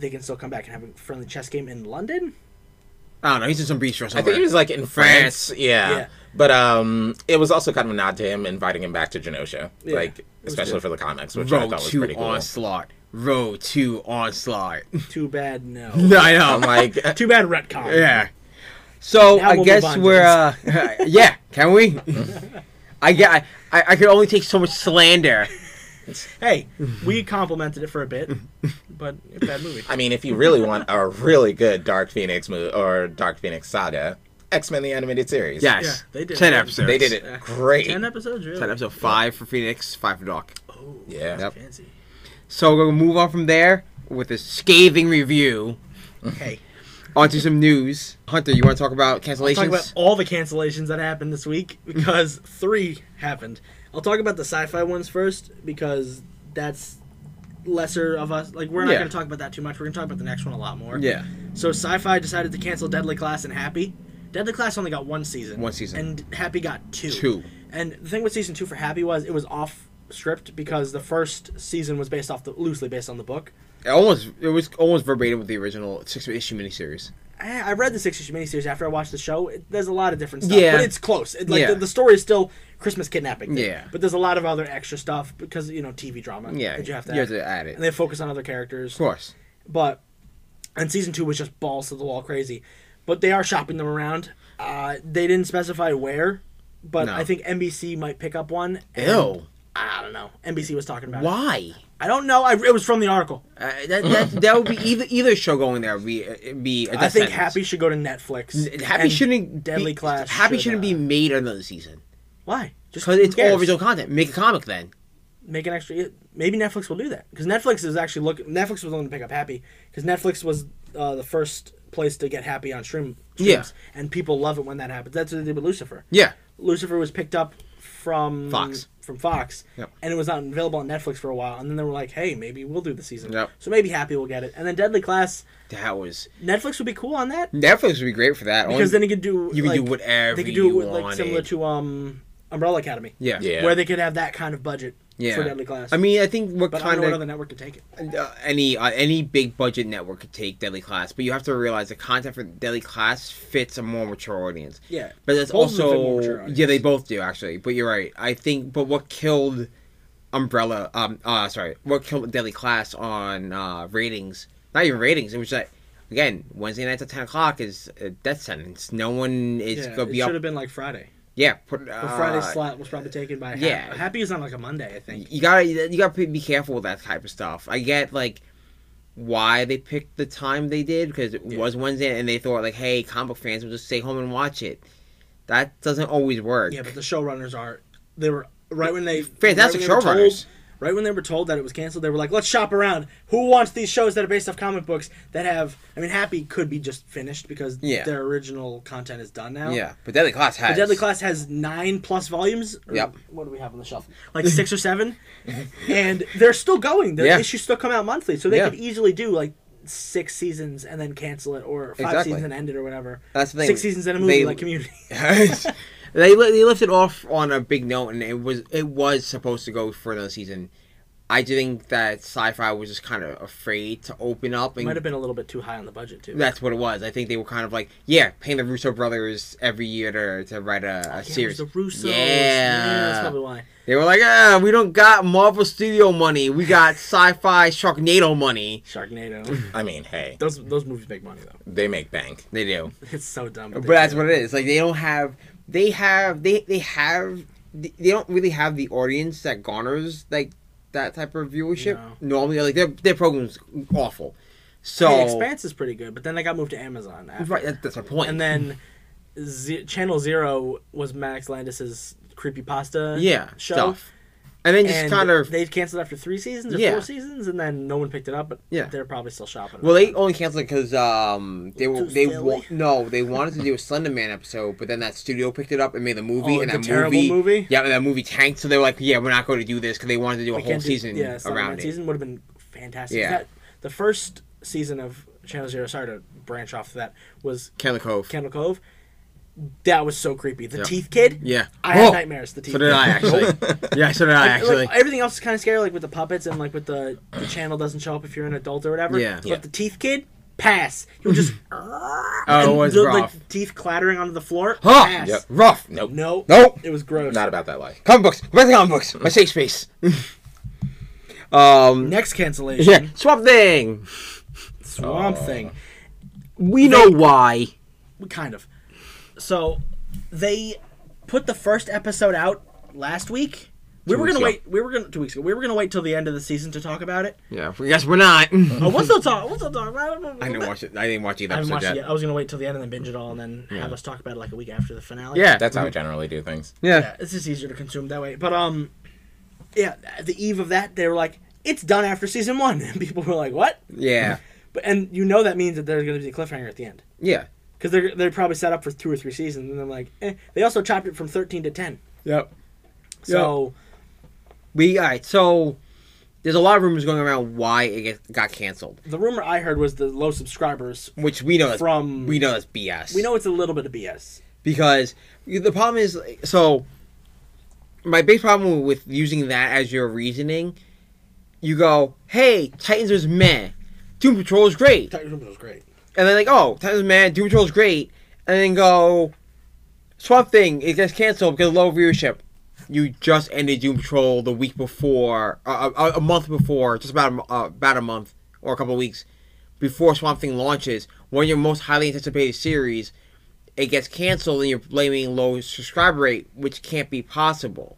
they can still come back and have a friendly chess game in London.
I don't know. He's in some beach or
I
something.
think he was like in
France.
France. Yeah.
Yeah.
But um it was also kind of a nod to him inviting him back to Genosha.
Yeah.
Like
It was
especially
good.
for the comics, which I
Row
thought was
two
pretty cool.
onslaught. Row two onslaught.
Too bad, no.
No, I know.
I'm like
Too bad, retcon.
Yeah. So
Now
I
we'll move
guess
on,
we're uh, yeah. Can we? I get. I, I I could only take so much slander.
Hey, we complimented it for a bit, but it's a bad movie.
I mean, if you really want a really good Dark Phoenix movie or Dark Phoenix saga, X Men the animated series.
Yes.
Yeah, they did.
Ten
They-
episodes.
They did
Yeah.
it great.
Ten episodes, really.
Ten episode five for Phoenix, five for Doc.
Oh,
Yeah.
that's
Yep.
fancy.
So we'll move on from there with a scathing review
Hey,
onto some news. Hunter, you want to talk about cancellations? Mm-hmm.
talk about all the cancellations that happened this week because three happened. I'll talk about the sci-fi ones first because that's lesser of us. Like we're not
Yeah.
going to talk about that too much. We're going to talk about the next one a lot more.
yeah.
So sci-fi decided to cancel Deadly Class and Happy. Deadly Class only got one season.
One season.
And Happy got two.
Two.
And the thing with season two for Happy was it was off script because the first season was based off the loosely based on the book.
It almost it was almost verbatim with the original six issue miniseries.
I I read the six issue miniseries after I watched the show. It, there's a lot of different stuff,
Yeah.
but it's close. It, like
Yeah.
the, the story is still Christmas kidnapping. thing,
Yeah.
but there's a lot of other extra stuff because you know TV drama.
Yeah,
that you have to.
you have
add.
to add it.
and they focus on other characters.
Of course.
But and season two was just balls to the wall crazy, but they are shopping them around. Uh, they didn't specify where, but
No.
I think NBC might pick up one. and-
Ew.
I don't know. NBC was talking about. it.
Why?
I don't know. I, it was from the article.
Uh, that, that that would be either either show going there would be uh, it'd be. a
I
death
think
sentence.
Happy should go to Netflix.
Happy
and
shouldn't
Deadly
be,
Clash.
Happy
should,
should, not be
uh,
made another season
Why? Just
because
who
it's all
cares?
original content. Make a comic then.
make an extra. Maybe Netflix will do that because Netflix is actually look. Netflix was willing to pick up Happy because Netflix was uh, the first place to get Happy on stream. Streams,
Yeah.
and people love it when that happens. That's what they did with Lucifer.
Yeah.
Lucifer was picked up from
Fox.
From Fox,
Yep.
and it was not available on Netflix for a while. And then they were like, "Hey, maybe we'll do the season."
Yep.
So maybe Happy will get it, and then Deadly Class.
That was
Netflix would be cool on that
Netflix would be great for that.
because
Only-
then it could do.
you can
like,
do whatever
They could do it
you
with like similar
wanted.
to um, Umbrella Academy.
yeah.
Yeah.
Where they could have that kind of budget
Yeah.
for Deadly Class.
I mean, I think what
but I don't
kind
know
of
what other network could take it.
uh, any uh, any big budget network could take Deadly Class, but you have to realize the content for Deadly Class fits a more mature audience.
Yeah.
But that's
Both of them fit more mature
also
audience.
yeah, they both do actually. But you're right. I think. But what killed Umbrella? Um. Uh. Sorry. What killed Deadly Class on uh ratings? Not even ratings. It was that again Wednesday nights at ten o'clock is a death sentence. No one is
yeah,
gonna
it
be up.
should have been like Friday.
Yeah. Put,
The
uh,
Friday slot was probably taken by Happy.
yeah.
Happy is on like a Monday, I think.
you gotta you gotta be careful with that type of stuff. I get like why they picked the time they did because it was Wednesday and they thought like, hey, comic book fans will just stay home and watch it. That doesn't always work.
Yeah, but the showrunners are they were right when they
Fantastic
right when they were
showrunners.
told- Right when they were told that it was canceled, they were like, "Let's shop around. Who wants these shows that are based off comic books that have? I mean, Happy could be just finished because
Yeah.
their original content is done now.
yeah, but Deadly Class has
The Deadly Class has nine plus volumes. or
Yep.
What do we have on the shelf? Like six or seven, and they're still going. The
Yeah.
issues still come out monthly, so they
Yeah.
could easily do like six seasons and then cancel it, or five
Exactly.
seasons and end it, or whatever.
That's the thing.
Six seasons and a movie
They-
like Community.
they li- they left it off on a big note, and it was it was supposed to go for another season. I do think that sci-fi was just kind of afraid to open up, and
Might have been a little bit too high on the budget too.
that's what it was. I think they were kind of like, yeah, paying the Russo brothers every year to, to write a, a
Oh, Yeah, it was
series.
The Russos.
Yeah.
that's probably why.
They were like, ah, we don't got Marvel Studio money, we got sci-fi Sharknado money.
Sharknado.
I mean, hey,
those those movies make money though.
they make bank.
They do.
It's so dumb.
But that's what it is. Like they don't have, they have, they they have, they they don't really have the audience that garners like that type of viewership. Normally, like their their program's awful. So
So, Expanse is pretty good, but then they got moved to Amazon. After.
right, that, that's my point.
And then Z- Channel Zero was Max Landis's creepypasta
yeah,
show.
stuff, and then just
And
kind of
they canceled after three seasons or
Yeah.
four seasons, and then no one picked it up. But
Yeah.
they're probably still shopping.
well, they only canceled because um they were
Too
they
silly.
wa- no they wanted to do a Slender Man episode, but then that studio picked it up and made the movie
Oh,
and
the
that
terrible movie?
yeah and that movie tanked. So they were like, yeah, we're not going to do this because they wanted to do a
We
whole
can't do-
season
yeah, Slender Man
around it.
season would have been fantastic.
Yeah.
That- the first season of Channel Zero. Sorry to branch off to that. Was
Candle Cove.
Candle Cove. That was so creepy. The
Yeah.
Teeth Kid.
yeah,
I had
Oh!
nightmares. The Teeth
So did
Kid.
I actually. yeah, so did I
Like,
actually.
everything else is kind of scary, like with the puppets and like with the the channel doesn't show up if you're an adult or whatever.
Yeah.
But
Yeah.
the Teeth Kid. Pass. He would just.
Oh, it
and
was
the,
rough.
Like, teeth clattering onto the floor.
Huh.
Pass.
Yep.
Rough.
Nope.
No.
Nope.
It was gross.
Not about that life.
Comic books. Back to comic books. My safe space. um.
Next cancellation.
Yeah. Swamp Thing.
Swamp
Oh.
Thing.
We know why.
Kind of. So, they put the first episode out last week. We
Two
were
weeks
gonna
ago.
wait. We were gonna two weeks ago. We were gonna wait till the end of the season to talk about it.
Yeah. I guess we're not.
Oh, we'll still talk. We'll still talk about it.
I didn't watch it. I didn't watch either
I haven't
episode
watched
yet.
it yet. I was gonna wait till the end and then binge it all, and then have
Yeah.
us talk about it like a week after the finale.
Yeah. Mm-hmm.
That's how I generally do things.
yeah.
Mm-hmm. yeah, it's just easier to consume that way. But um, yeah, the eve of that, they were like, "It's done after season one," and people were like, "What?"
Yeah.
But and you know that means that there's gonna be a cliffhanger at the end
Yeah.
because they're they're probably set up for two or three seasons, and I'm like, eh. they also chopped it from thirteen to ten.
Yep.
So
We all right. So there's a lot of rumors going around why it get, got canceled,
the rumor I heard was the low subscribers.
which we know that's,
From-
we know that's BS.
We know it's a little bit of BS.
because you- the problem is so my big problem with using that as your reasoning you go hey titans was meh doom patrol is great
Titan Rumble was great.
and then like oh titans was meh doom patrol is great and then go swamp thing it gets canceled because of low viewership you just ended doom patrol the week before uh, a, a month before just about a, mo- uh, about a month or a couple of weeks before swamp thing launches one of your most highly anticipated series it gets canceled and you're blaming low subscriber rate, which can't be possible.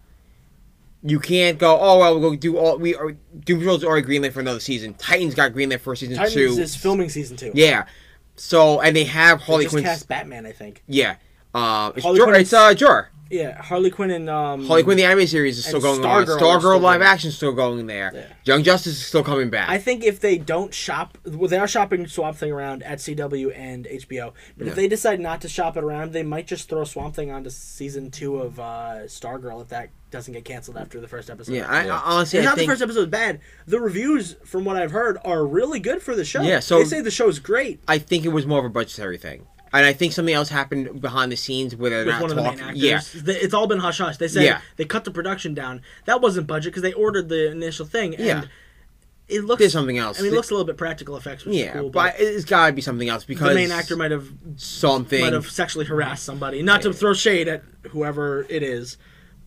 You can't go, oh well, we'll go do all we are Doom Patrol's already greenlit for another season. Titans got greenlit for season
Titans
two.
is filming season two.
yeah. So and they have
They
Harley
just
Quinn.
cast Batman, I think.
Yeah. Um, it's
Harley
Jor-
Quinn's-
it's uh, Jor.
Yeah, Harley Quinn and um,
Harley Quinn the anime series is still
And
going on.
Stargirl is still
Stargirl live
going.
action still going there.
Yeah.
Young Justice is still coming back.
I think if they don't shop, well, they are shopping Swamp Thing around at CW and HBO. But if they decide not to shop it around, they might just throw Swamp Thing onto season two of uh, Stargirl if that doesn't get canceled after the first episode.
yeah, I,
Yeah.
I honestly,
and
I
not
think
the first episode is bad. The reviews, from what I've heard, are really good for the show.
Yeah, so-
they say the show's great.
I think it was more of a budgetary thing, and I think something else happened behind the scenes where they're
With
not
one of the
talking.
main actors,
yeah,
The- it's all been hush hush. They said
Yeah.
they cut the production down. That wasn't budget because they ordered the initial thing. And
Yeah.
it looks
There's something else.
I mean, it
Th-
looks a little bit practical effects, which
Yeah,
is cool.
but it's got to be something else because
the main actor might have
something.
might have sexually harassed somebody. Not to throw shade at whoever it is,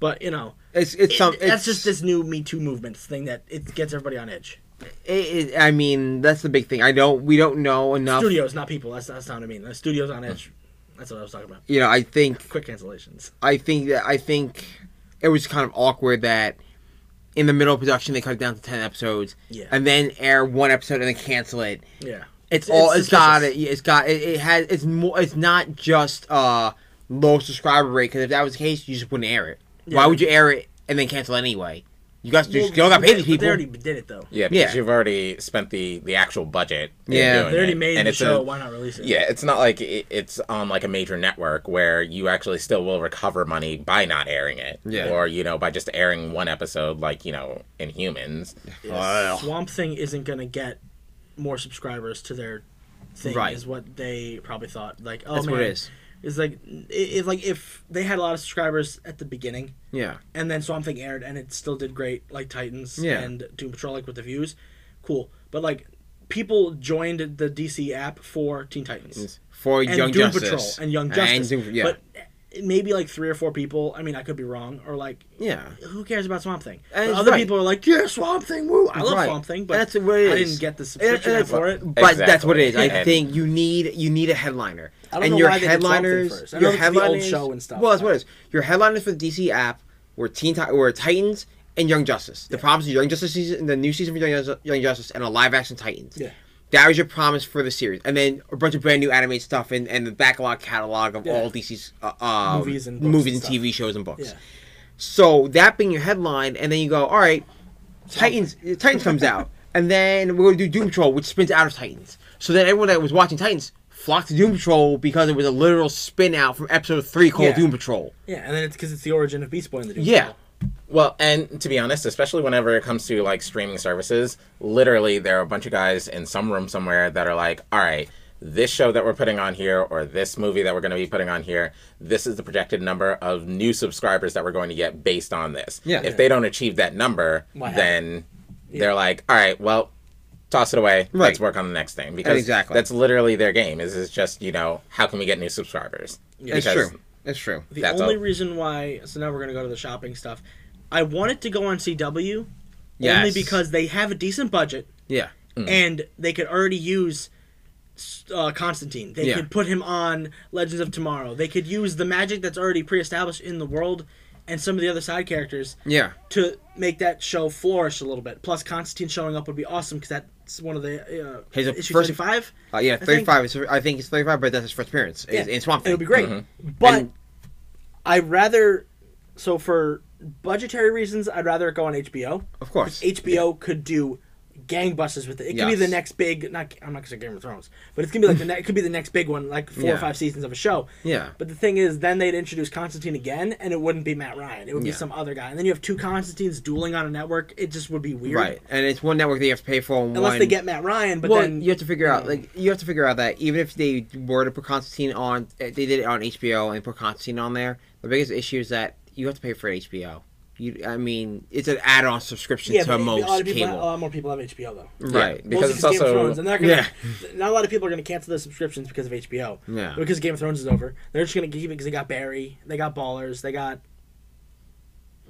but you know,
It's it's
it-
some.
that's
it's-
just this new Me Too movement thing that it gets everybody on edge.
It, it, I mean, that's the big thing. I don't. We don't know enough.
Studios, not people. That's that's not what I mean. The studios on edge. That's what I was talking about.
You know, I think
Quick cancellations.
I think that I think it was kind of awkward that in the middle of production they cut it down to ten episodes,
Yeah.
and then air one episode and then cancel it.
Yeah.
It's, all it's got
suspicious.
it. It's got it, it. has. It's more. It's not just uh low subscriber rate because if that was the case, you just wouldn't air it. Why
Yeah.
would you air it and then cancel anyway? You guys just you all got
but
paid these
they- but
people.
They already oh, did it though.
Yeah, because
Yeah.
you've already spent the the actual budget. in
Yeah.
doing
They already
it.
made
and
the
it's a-
show. Why not release it?
yeah, it's not like it, it's on like a major network where you actually still will recover money by not airing it,
Yeah.
or you know by just airing one episode, like you know in humans.
Ugh.
Swamp Thing isn't gonna get more subscribers to their thing.
Right.
Is what they probably thought. Like, oh
That's
man,
what it is.
It's like i- if like if they had a lot of subscribers at the beginning,
Yeah.
and then Swamp Thing aired and it still did great, like Titans
Yeah.
and Doom Patrol, like with the views, cool. But like people joined the DC app for Teen Titans
For
and
Young
Doom
Justice
Patrol and Young Justice,
Doom- yeah.
but maybe like three or four people. I mean, I could be wrong, or like
yeah.
who cares about Swamp Thing?
And
But
it's
other
right.
people are like, yeah, Swamp Thing, woo! I love
Right.
Swamp Thing, but
That's what it
I
is.
didn't get the subscription
And-
app for it.
But that's what it is.
Exactly.
I think you need you need a headliner.
I don't
and
know
your
why they did Swamp Thing
headliners,
first. I know
your
it's the old
headliners,
show and stuff,
Well, that's what it
but-
is. Your headliners for the DC app were Teen Ti- were Titans and Young Justice. The promise of Young Justice season, the new season for Young, Jus- Young Justice, and a live action Titans.
Yeah.
That was your promise for the series, and then a bunch of brand new animated stuff and, and the backlog catalog of
Yeah.
all DC's uh, um,
Movies and books
movies
and
and
stuff.
TV shows and books.
Yeah.
So that being your headline, and then you go, all right, Titans Titans comes out, and then we're gonna do Doom Patrol, which spins out of Titans. So then everyone that was watching Titans flocked to Doom Patrol because it was a literal spin out from episode three called
Yeah.
Doom Patrol.
Yeah, and then it's because it's the origin of Beast Boy and the Doom
Yeah,
Well, and to be honest, especially whenever it comes to like streaming services, literally there are a bunch of guys in some room somewhere that are like, all right, this show that we're putting on here or this movie that we're going to be putting on here, this is the projected number of new subscribers that we're going to get based on this.
Yeah.
If they don't achieve that number,
What
then they're like, all right, well, toss it away. Let's
Right.
work on the next thing because
Exactly.
that's literally their game. Is is just you know how can we get new subscribers?
that's
Because
true. That's true.
The
That's
only
all.
reason why, so now we're gonna go to the shopping stuff. I wanted to go on CW only
Yes. Mm.
because they have a decent budget
Yeah,
and they could already use uh, Constantine. They
Yeah.
could put him on Legends of Tomorrow. They could use the magic that's already pre-established in the world and some of the other side characters
yeah,
to make that show flourish a little bit. Plus, Constantine showing up would be awesome because that's one of the uh,
His
issue
first-
thirty-five.
uh, yeah.
think-
Thirty-five. is I think it's thirty-five, but that's his first appearance is
Yeah,
in Swamp Thing. Mm-hmm. Mm.
It would be great. But
And-
I'd rather so for budgetary reasons, I'd rather it go on HBO.
Of course.
HBO could do gangbusters with it. It could be
Yes.
the next big not I'm not gonna say Game of Thrones, but it's gonna be like the ne- it could be the next big one, like four or
Yeah.
five seasons of a show.
Yeah.
But the thing is then they'd introduce Constantine again and it wouldn't be Matt Ryan. It would
Yeah.
be some other guy. And then you have two Constantines dueling on a network, it just would be weird.
Right, and it's one network that you have to pay for. and
Unless
one...
they get Matt Ryan, but
well,
then
you have to figure out like you have to figure out that even if they were to put Constantine on, eh, they did it on HBO and put Constantine on there. The biggest issue is that you have to pay for HBO. You, I mean, it's an add-on subscription
yeah,
to
but
most
a lot of people, uh,
cable.
a lot more people have HBO though.
right.
Yeah.
Well,
Because
since
it's
Game of
also-
Thrones, and they're gonna, not a lot of people are going to cancel their subscriptions because of HBO.
Yeah.
Because Game of Thrones is over, they're just going to keep it because they got Barry, they got Ballers, they got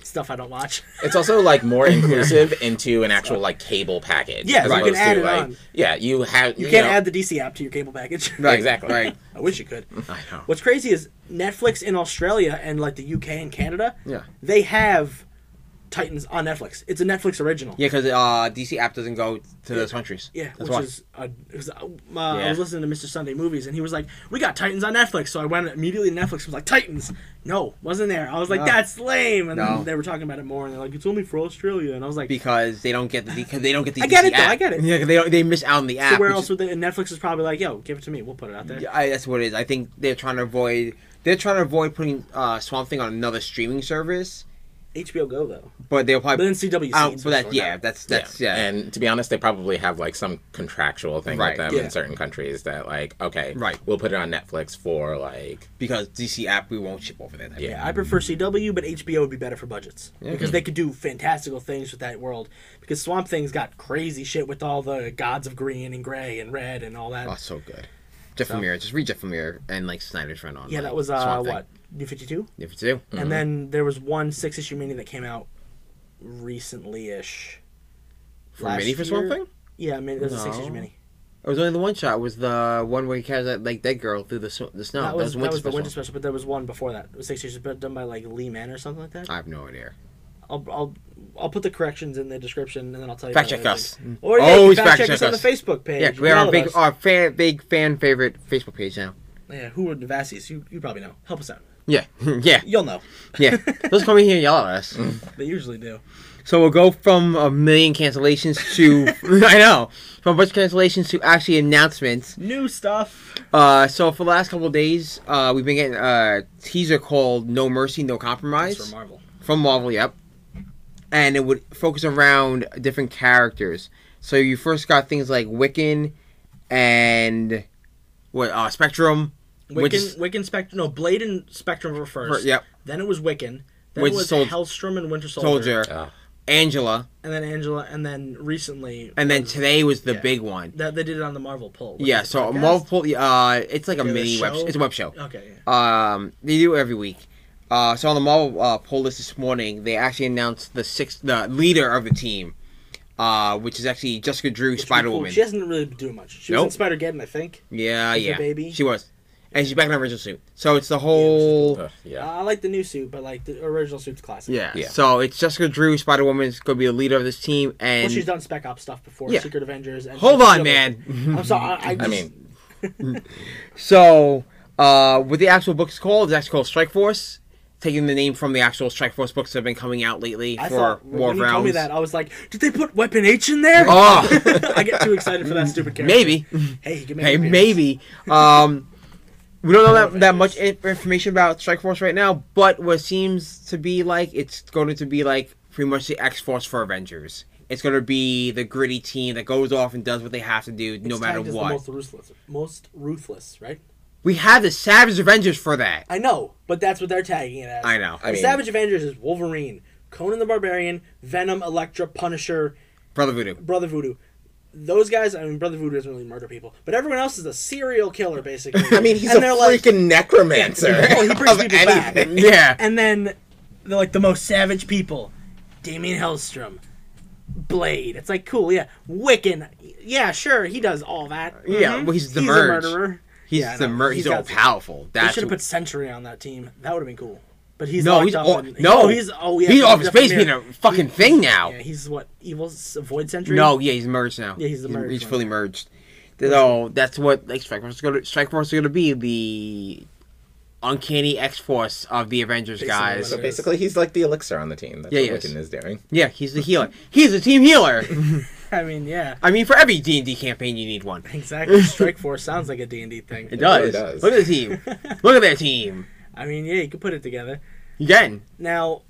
stuff I don't watch.
It's also like more inclusive into an actual like cable package.
Yeah,
as
you can
opposed
add
to,
it
like,
on.
Yeah, you have.
You can't
know,
add the DC app to your cable package.
Right.
Exactly.
Right.
I wish you could.
I know.
What's crazy is Netflix in Australia and like the UK and Canada.
Yeah.
They have Titans on Netflix. It's a Netflix original.
Yeah, because uh, DC app doesn't go to those countries.
Yeah,
that's
which
why.
is uh, 'cause, uh, my- I
Yeah.
was listening to Mr. Sunday Movies, and he was like, "We got Titans on Netflix," so I went immediately to Netflix. and was like, "Titans? No, wasn't there." I was like,
No.
"That's lame." And
No.
then they were talking about it more, and they're like, "It's only for Australia," and I was like,
because they don't get the because they don't get the.
I get
DC
it, though,
app.
I get it.
Yeah, 'cause they don't, they miss out on the app.
so "Where
which
else
is-
would they?" And Netflix is probably like, "Yo, give it to me. We'll put it out there."
Yeah, I, that's what it is. I think they're trying to avoid. They're trying to avoid putting uh, Swamp Thing on another streaming service,
HBO Go though,
but they'll
but
probably.
then CW.
I don't-
sees what's
but Uh, that,
going
yeah,
on.
that's that's yeah.
And to be honest, they probably have like some contractual thing
Right.
with them
Yeah.
in certain countries that like, okay,
Right.
we'll put it on Netflix for like,
because DC app we won't ship over there.
Yeah.
Yeah, I prefer CW, but HBO would be better for budgets because they could do fantastical things with that world. Because Swamp Thing's got crazy shit with all the gods of green and gray and red and all that.
Oh, so good. Jeff Lemire, just read Jeff Lemire and like Snyder's run on.
Yeah,
like,
that was uh,
Swamp Thing.
what New Fifty Two,
If you do,
and then there was one six issue mini that came out recently ish.
for mini for Swamp Thing,
Yeah, I mean, there's a six issue
No.
mini.
it was only the one shot. Was the one where he carries that like dead girl through the snow. The snow.
that was that was the
Special. Ah.
winter special, but there was one before that. It was six issues, but done by like Lee Mann or something like that.
I have no idea.
I'll I'll I'll put the corrections in the description and then I'll tell you.
Fact
about
check
what I
us.
think. Or yeah,
Always
you can fact,
fact
check us
check
on the
us.
Facebook page.
Yeah,
You
'cause
can
we have our
follow
big,
us.
our fan, big fan favorite Facebook page now.
yeah, who are Navassis? You you probably know. Help us out.
Yeah, yeah,
You'll know.
yeah. Those come in here and yell at us.
They usually do.
So we'll go from a million cancellations to I know from a bunch of cancellations to actually announcements.
New stuff.
Uh, so for the last couple of days, uh, we've been getting a teaser called "No Mercy, No Compromise"
That's for Marvel.
from Marvel. Yep, and it would focus around different characters. So you first got things like Wiccan and what uh, Spectrum,
Wiccan,
which is-
Wiccan Spectrum. No, Blade and Spectrum were first.
yep,
Then it was Wiccan. Then
Winter
it was
Sol-
Hellstrom and Winter Soldier,
Soldier,
Ah.
Angela,
and then Angela, and then recently,
and then
was-
today was the
Yeah.
big one.
that they did it on the Marvel poll. which
Yeah,
is a
so
podcast.
multiple. Uh, it's like a
Yeah, the
mini web.
show.
It's a web show.
Okay, yeah.
Um, they do it every week. Uh, so on the Marvel uh, poll list this morning, they actually announced the sixth, the leader of the team, uh, which is actually Jessica Drew,
Which would be
Spider
cool.
Woman.
She hasn't really been doing much. She was
Nope.
in Spider Geddon, I think.
yeah,
She's a
yeah,
baby.
she was, and she's back in her original suit. So it's the whole.
Ugh, yeah.
Uh, I like the new suit, but like the original suit's classic.
Yeah.
Yeah.
So it's Jessica Drew, Spider Woman's gonna be the leader of this team, and
Well, she's done Spec Ops stuff before,
Yeah.
Secret Avengers. And
hold
she's
on,
still-
man.
I'm sorry. I, I, just,
I mean,
So, uh, what the actual book's called, it's actually called Strike Force, taking the name from the actual Strike Force books that have been coming out lately
I
for
thought when
War of
you told me
Realms.
that, I was like, did they put Weapon H in there?
Oh,
I get too excited for that stupid character.
maybe.
Hey, he can make
Hey,
appearance.
maybe. Um, we don't know that,
Relevant,
that
yes.
much in- information about Strike Force right now, but what seems to be like it's going to be like pretty much the X Force for Avengers. It's going to be the gritty team that goes off and does what they have to do, no
It's
matter
tagged as
what.
The most ruthless, most ruthless, right?
We have the Savage Avengers for that.
I know, but that's what they're tagging it as.
I know,
I
The
mean-
Savage Avengers is Wolverine, Conan the Barbarian, Venom, Elektra, Punisher,
Brother Voodoo.
Brother Voodoo. Those guys, I mean, Brother Voodoo doesn't really murder people, but everyone else is a serial killer, basically.
I mean, he's
and
a
they're like,
freaking necromancer.
Well, he brings
of
people back.
anything.
Yeah.
and then they're like the most savage people. Damien Hellstrom, Blade. It's like cool, yeah. Wiccan, yeah, sure, he does all that.
Yeah,
Mhm.
well, he's the
a
merge.
murderer.
He's
Yeah, I
the
know.
mur- he's,
He's
all
got-
powerful.
They
That's
should have put Century on that team. That would have been cool. But he's
no,
locked
he's
up
all,
and-
no,
oh, he's oh yeah,
he's off
definitely
space being
mirror.
a fucking thing now.
Yeah, he's what evil s- void century.
No, yeah, he's merged now.
Yeah, he's the merged
He's
one.
fully merged. So that's what like Strike Force is gonna Strike Force is gonna be the uncanny X Force of the Avengers
Basically,
guys.
So basically, he's like the elixir on the team. That's
Yeah,
what
he is.
Wiccan is doing.
Yeah, he's the healer. He's a team healer.
I mean yeah,
I mean, for every D and D campaign, you need one.
exactly. Strike Force sounds like a D and D thing.
It does.
really does.
Look at the team. Look at their team.
I mean yeah, you could put it together.
Again,
Now,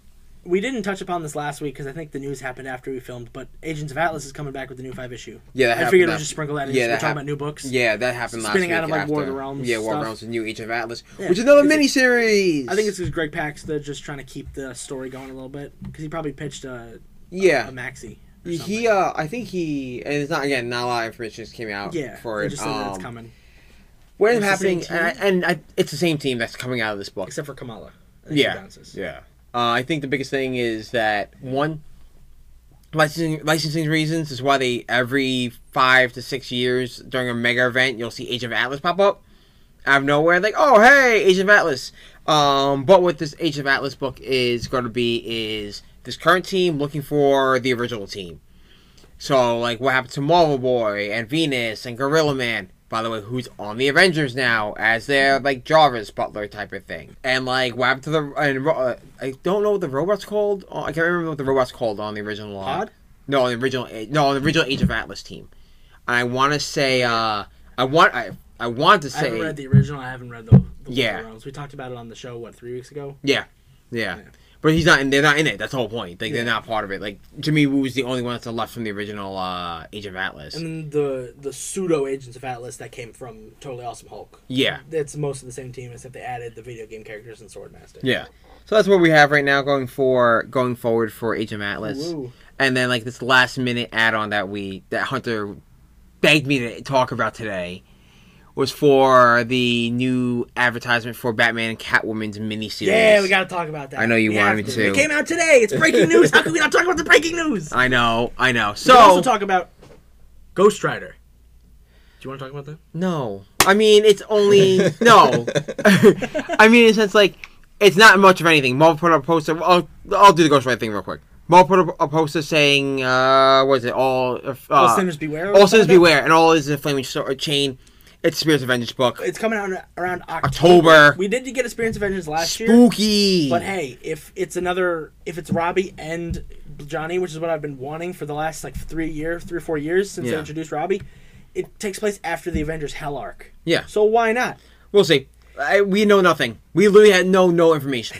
we didn't touch upon this last week because I think the news happened after we filmed. But Agents of Atlas is coming back with the new five issue.
Yeah, that
I
happened
figured we'd
last-
just sprinkle that in.
Yeah,
Yeah,
that
we're talking
happened.
about new books.
yeah, that happened last
Spinning
week
out of, like,
after.
War of the Realms
Yeah, War of the
stuff.
Realms, the new Age of Atlas,
Yeah.
which is another
Is it-
mini series.
I think it's because Greg Pak's just trying to keep the story going a little bit because he probably pitched a
yeah.
a maxi. or something.
He, uh, I think he, and it's not again. Not a lot of information just came out.
yeah,
uh, for
they
it.
just said that it's
Um,
coming,
What is
It's the
happening?
same
And, I, and I, it's the same team that's coming out of this book.
except for Kamala. I think she
yeah,
bounces.
yeah. Uh, I think the biggest thing is that one licensing licensing reasons is why they every five to six years during a mega event you'll see Agent of Atlas pop up out of nowhere. Like, oh hey, Agent of Atlas. Um, but what this Agent of Atlas book is going to be is this current team looking for the original team. So like, what happened to Marvel Boy and Venus and Gorilla Man? By the way, who's on the Avengers now as their like Jarvis Butler type of thing? And like, what happened to the? And, ro- uh, I don't know what the robot's called. Oh, I can't remember what the robot's called on the original. uh,
Pod?
No, on the original. A- No, on the original Age of Atlas team. I want to say. uh I want. I I want to
I haven't
say.
read the original. I haven't read the, the
Yeah.
yeah. Realms. We talked about it on the show what three weeks ago.
Yeah, yeah.
Yeah.
But he's not. in They're not in it. That's the whole point. Like
Yeah.
they're not part of it. Like Jimmy Woo's the only one that's left from the original uh Age of Atlas.
And then the the pseudo Agents of Atlas that came from Totally Awesome Hulk.
yeah.
It's most of the same team except they added the video game characters and Swordmaster.
Yeah. So that's what we have right now going for going forward for Age of Atlas.
Woo.
And then like this last minute add on that we that Hunter begged me to talk about today was for the new advertisement for Batman and Catwoman's miniseries.
Yeah, we got to talk about that.
I know you
We have
wanted me to.
It came out today. It's breaking news. How can we not talk about the breaking news?
I know, I know.
we can
So
also talk about Ghost Rider. Do you want to talk about that?
No. I mean, it's only no. I mean, in a sense, like it's not much of anything. Marvel put up a poster. I'll I'll do the Ghost Rider thing real quick. Mo put up a poster saying, uh, what is it? All, uh,
All sinners beware. or
All Sinners
something like
Beware, and all is in a flaming sor- chain. It's Spirits of Vengeance book.
that. It's coming out around October.
October.
We did get Experience of Vengeance last year,
Spooky.
but hey, if it's another, if it's Robbie and Johnny, which is what I've been wanting for the last like three year, three or four years since they
Yeah.
introduced Robbie, it takes place after the Avengers Hell arc.
Yeah.
So why not?
We'll see. I, we know nothing. We literally had no no information.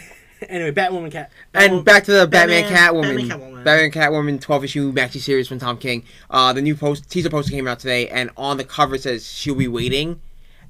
Anyway, Batwoman cat.
And
Batwoman-
back to the Batman,
Batman,
Catwoman, Batman
Catwoman.
Catwoman, 12 issue maxi series from Tom King. Uh, the new post teaser poster came out today, and on the cover it says she'll be waiting,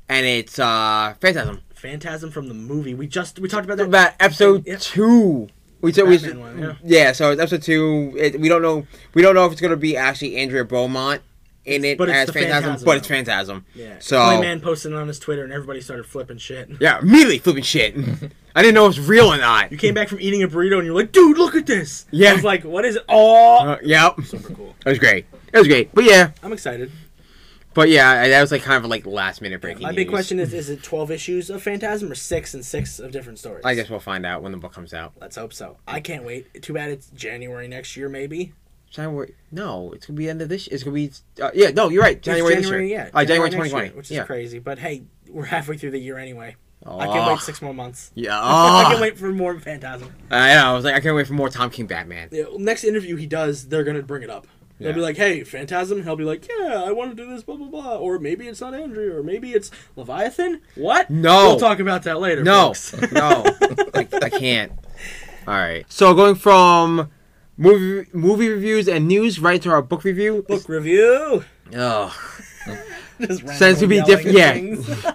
and it's uh Phantasm.
Phantasm from the movie. We just we talked about that.
About episode
Yeah.
two. We said we,
Batman one, yeah.
yeah. So it's episode two. It, we don't know. We don't know if it's gonna be actually Andrea Beaumont in it
But it's
as
the
Phantasm,
Phantasm,
but it's
though.
Phantasm.
Yeah.
So
Playman posted it on his Twitter, and everybody started flipping shit.
yeah, immediately flipping shit. I didn't know it was real or not.
You came back from eating a burrito, and you're like, "Dude, look at this!" I
Yeah.
was like, "What is it?" Oh,
Uh, yep.
super cool.
It was great. It was great. But yeah,
I'm excited.
but yeah, I- that was like kind of like last minute breaking.
My big
news.
question is: Is it 12 issues of Phantasm, or six and six of different stories?
I guess we'll find out when the book comes out.
Let's hope so. I can't wait. Too bad it's January next year, maybe.
January? No, it's gonna be end of this. It's gonna be. Uh, yeah, no, you're right.
It's
January, this year.
yeah.
Uh, January
next
2020.
year, which is
yeah.
crazy. But hey, we're halfway through the year anyway. I can't wait
Aw.
six more months.
Yeah.
I
I,
can't wait for more Phantasm.
I know. I was like, I can't wait for more Tom King Batman.
Yeah, next interview he does, they're gonna bring it up. They'll be
Yeah.
like, "Hey, Phantasm," and he'll be like, "Yeah, I want to do this, blah blah blah," or maybe it's not Andrew, or maybe it's Leviathan. What?
No.
we'll talk about that later.
No,
folks.
no, I, I can't. All right. So going from movie movie reviews and news right to our book review.
book review.
Oh.
Just randomly
Since it'd be
yelling
different- yeah.
things.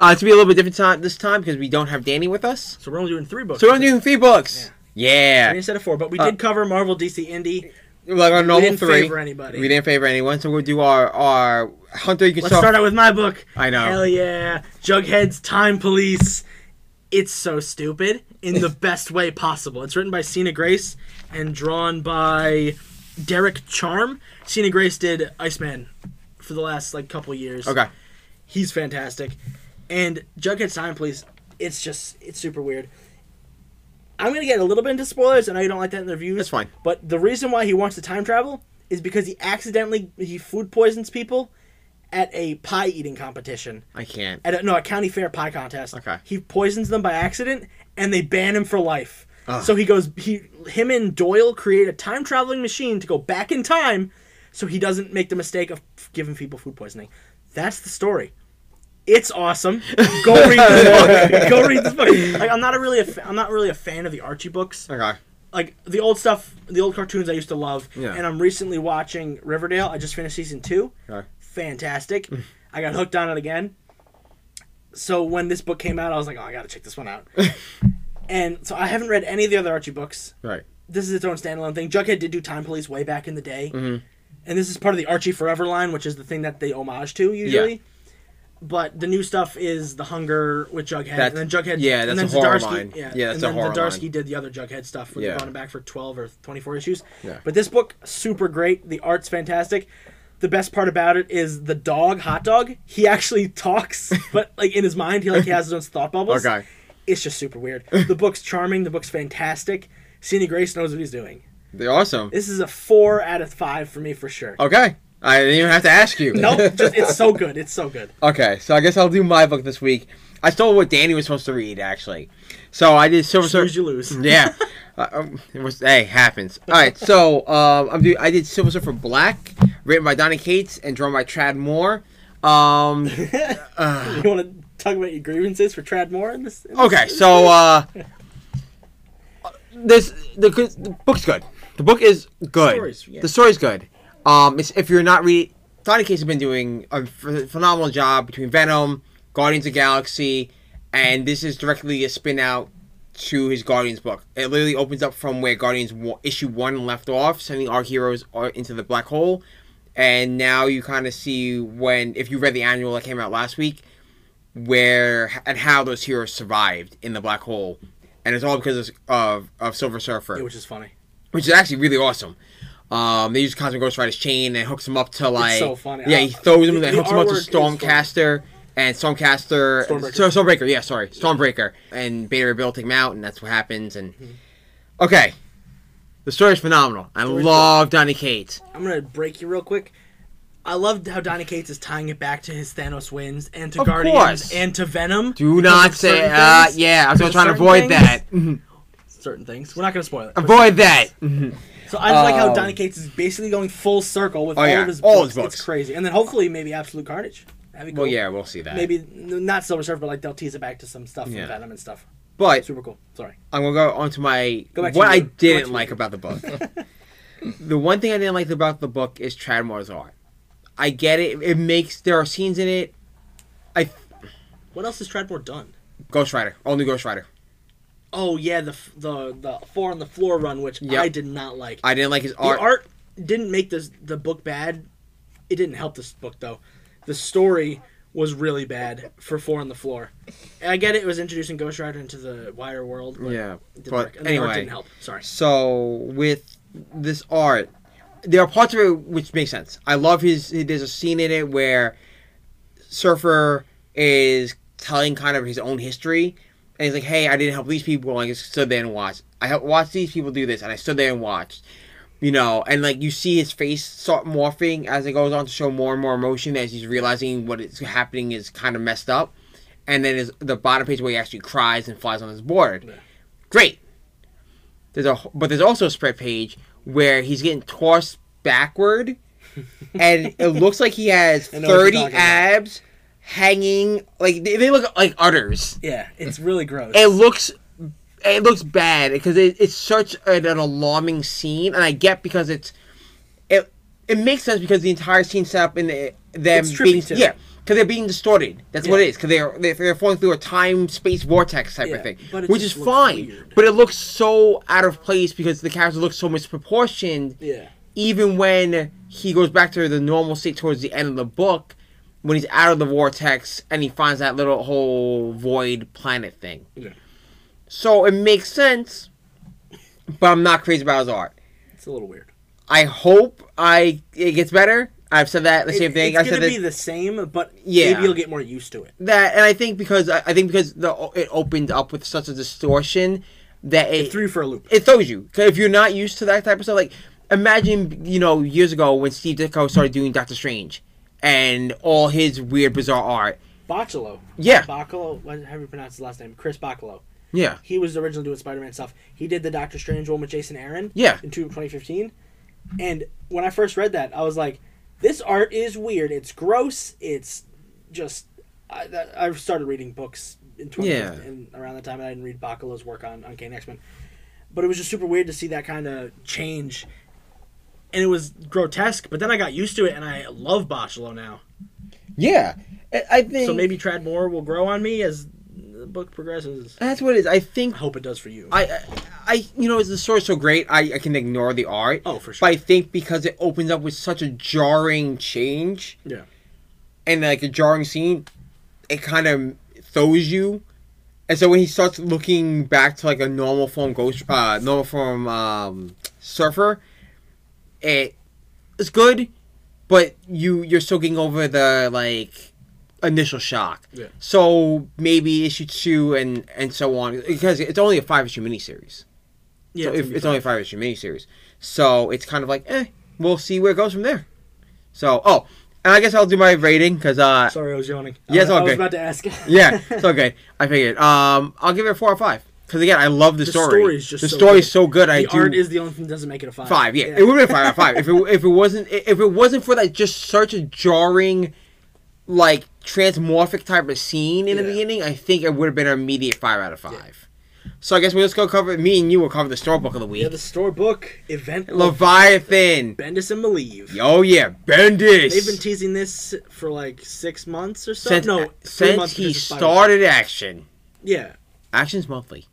Uh, it's gonna be a little bit different time this time because we don't have Danny with us.
so we're only doing three books.
So we're only doing three books. Yeah.
Three instead of four, but we
Uh,
did cover Marvel, DC, Indie.
Like our normal
didn't
three.
favor anybody.
We didn't favor anyone, so we'll do our our Hunter. You can
Let's start out with my book.
I know.
Hell yeah, Jughead's Time Police. It's so stupid in the best way possible. It's written by Cena Grace and drawn by Derek Charm. Cena Grace did Iceman for the last like couple years.
Okay.
He's fantastic. And Jughead's Time Police, it's just it's super weird. I'm gonna get a little bit into spoilers. I know you don't like that in the reviews.
That's fine.
But the reason why he wants to time travel is because he accidentally he food poisons people at a pie eating competition.
I can't.
At a, no, a county fair pie contest.
Okay.
He poisons them by accident, and they ban him for life. So he goes. He him and Doyle create a time traveling machine to go back in time, so he doesn't make the mistake of giving people food poisoning. That's the story. It's awesome. Go read this book. Go read this book. Like I'm not a really a fa- I'm not really a fan of the Archie books
Okay.
like the old stuff, the old cartoons I used to love.
Yeah.
And I'm recently watching Riverdale. I just finished season two.
Okay.
Fantastic. I got hooked on it again. So when this book came out, I was like, oh, I gotta check this one out. and so I haven't read any of the other Archie books.
Right.
This is its own standalone thing. Jughead did do Time Police way back in the day.
Mm-hmm.
And this is part of the Archie Forever line, which is the thing that they homage to usually. But the new stuff is the Hunger with Jughead,
That's-
and then Jughead.
yeah,
and
that's
then
a horror
Zdarsky-
line.
Yeah,
Yeah, that's
and
a
then
horror
Zdarsky
line.
did the other Jughead stuff. Where they
Yeah.
brought him back for twelve or twenty-four issues.
Yeah.
But this book, super great. The art's fantastic. The best part about it is the dog, Hot Dog. He actually talks, but like in his mind, he like he has his own thought bubbles.
Okay.
It's just super weird. The book's charming. The book's fantastic. Cindy Grace knows what he's doing.
They're awesome.
This is a four out of five for me for sure.
Okay. I didn't even have to ask you.
No, just it's so good. It's so good.
Okay, so I guess I'll do my book this week. I stole what Danny was supposed to read, actually. So I did Silver Surfer.
Lose, you lose.
yeah. Uh, um, it was, hey, happens. All right, so um, I'm do- I did Silver Surfer Black, written by Donny Cates and drawn by Trad Moore. Um,
You want to talk about your grievances for Trad Moore in this? in this-
okay, so uh, this the, good- the book's good. The book is good.
Stories, yeah.
The story's good. Um, it's, if you're not reading, Donny Cates has been doing a ph- phenomenal job between Venom, Guardians of the Galaxy, and this is directly a spin out to his Guardians book. It literally opens up from where Guardians wa- issue one left off, sending our heroes uh, into the black hole, and now you kind of see when if you read the annual that came out last week, where and how those heroes survived in the black hole, and it's all because of of, of Silver Surfer,
Yeah, which is funny.
which is actually really awesome. Um, they use Cosmic Ghost Rider's chain and hooks him up to like
so funny.
yeah,
I-
he throws him
the-
and
the
hooks him up to
artwork is funny.
Stormcaster and Stormcaster
Stormbreaker.
So, Stormbreaker, yeah, sorry,
Mm-hmm.
Stormbreaker and Beta Ray Bill take him out, and that's what happens. And okay, The story's phenomenal. I
Story's
love Donny Cates.
I'm gonna break you real quick. I loved how Donny Cates is tying it back to his Thanos wins and to
Of
Guardians
course.
and to Venom.
Do
Because
not
of
say,
certain
uh,
things-
yeah, I was
because of
trying to
certain
avoid
things-
that.
Certain things. We're not gonna spoil it.
Avoid that.
So I just like how
Um,
Donny Cates is basically going full circle with
Oh,
all
yeah,
of his
all
books.
his books.
It's crazy. And then hopefully maybe Absolute Carnage. That'd be cool.
Well, yeah, we'll see that.
Maybe n- not Silver Surfer, but like they'll tease it back to some stuff
Yeah.
from Venom and stuff.
But
Super cool. Sorry.
I'm gonna go on to my
Go back to
what
you.
I
Go back to
didn't
you.
like about the book. the one thing I didn't like about the book is Tradmore's art. I get it. It makes there are scenes in it. I
What else has Tradmore done?
Ghost Rider, all new Ghost Rider.
Oh yeah, the f- the the four on the floor run, which
Yep.
I did not like.
I didn't like his
the
art.
art, didn't make this the book bad. It didn't help this book though. The story was really bad for Four on the Floor. And I get it, it was introducing Ghost Rider into the wider world. But
Yeah,
it didn't
but
work. And the art
anyway.
didn't help. Sorry.
So with this art, there are parts of it which make sense. I love his. There's a scene in it where Surfer is telling kind of his own history, and he's like, "Hey, I didn't help these people, and I just stood there and watched. I helped watch these people do this, and I stood there and watched." You know, and like you see his face start morphing as it goes on to show more and more emotion as he's realizing what is happening is kind of messed up. And then his, the bottom page where he actually cries and flies on his board. Great there's a but there's also a spread page where he's getting tossed backward and it looks like he has
I know what you're
30
talking about.
abs hanging like they, they look like udders
Yeah, it's really gross.
it looks it looks bad because it, it's such an, an alarming scene and i get because it's it it makes sense because the entire scene's set up in the, them
It's trippy,
being
too.
yeah because they're being distorted that's what
Yeah.
it is because they're, they're they're falling through a time space vortex type
Yeah,
of thing
but it
which is
just looks
fine
weird.
but it looks so out of place because the character looks so misproportioned
yeah.
even when he goes back to the normal state towards the end of the book, when he's out of the vortex and he finds that little whole void planet thing.
Yeah.
So it makes sense, but I'm not crazy about his art.
It's a little weird.
I hope I it gets better. I've said that the same
It-
thing.
It's
I said
gonna
that,
be the same, but
Yeah.
maybe you'll get more used to it.
that, and I think because I, I think because the it opened up with such a distortion that it,
It threw you for a loop.
it throws you 'Cause if you're not used to that type of stuff. Like, imagine you know years ago when Steve Ditko started doing Doctor Strange and all his weird, bizarre art.
Bocolo.
Yeah.
Bocolo. What, how do you pronounce his last name? Chris Bocolo.
Yeah,
He was originally doing Spider-Man stuff. He did the Doctor Strange one with Jason Aaron.
Yeah.
In two- 2015. And when I first read that, I was like, this art is weird. It's gross. It's just... I, that- I started reading books in 2015
Yeah.
and around that time. And I didn't read Bocolo's work on Uncanny X-Men. But it was just super weird to see that kind of change. And it was grotesque. But then I got used to it, and I love Bocolo now.
yeah. I, I think
So maybe Trad Moore will grow on me as the book progresses.
that's what it is. I think
I hope it does for you.
I, I, I you know, the story's so great. I, I can ignore the art.
Oh, for
But
sure.
I think because it opens up with such a jarring change
yeah.
and like a jarring scene, it kind of throws you. And so when he starts looking back to like a normal form ghost, uh, normal form um, surfer, it it's good, but you you're still getting over the like initial shock.
Yeah.
So maybe issue two and and so on because it's only a five issue miniseries.
Yeah.
so
it's
if,
gonna
it's,
be
only a five issue miniseries, so it's kind of like eh, we'll see where it goes from there. So oh, and I guess I'll do my rating because uh,
Sorry, I was yawning.
Yeah, it's
I,
all
I was
good.
about to ask.
yeah, it's okay. I figured. Um, I'll give it a four or five because again, I love the,
The
story.
story is just
the
so
story
good.
is so good. I
the
do
art is the only thing that doesn't make it a five.
five. Yeah, it would have been five out of five if it if it wasn't if it wasn't for that just such a jarring, like transmorphic type of scene in the
Yeah.
beginning. I think it would have been an immediate five out of five. So I guess we'll just go cover. Me and you will cover the story book of the week.
Yeah, the store book event.
Leviathan.
Bendis and Malieve.
Oh yeah, Bendis.
They've been teasing this for like six months or so.
since
no, three
since
months
he
because it's bi-
started Action.
Yeah,
Action's monthly.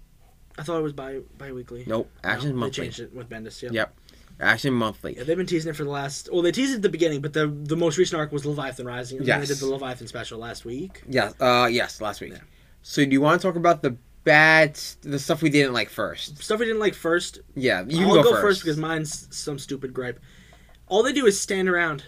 I thought it was bi biweekly.
Nope, Action's
they
monthly.
changed it with Bendis. Yeah.
Yep, Action monthly.
Yeah, they've been teasing it for the last. Well, they teased it at the beginning, but the the most recent arc was Leviathan Rising, and then they
Yes.
did the Leviathan special last week.
Yes. Uh, yes. Last week. So do you want to talk about the bad, st- the stuff we didn't like first?
Stuff we didn't like first,
Yeah, you can
I'll
go,
go,
first.
because mine's some stupid gripe. All they do is stand around.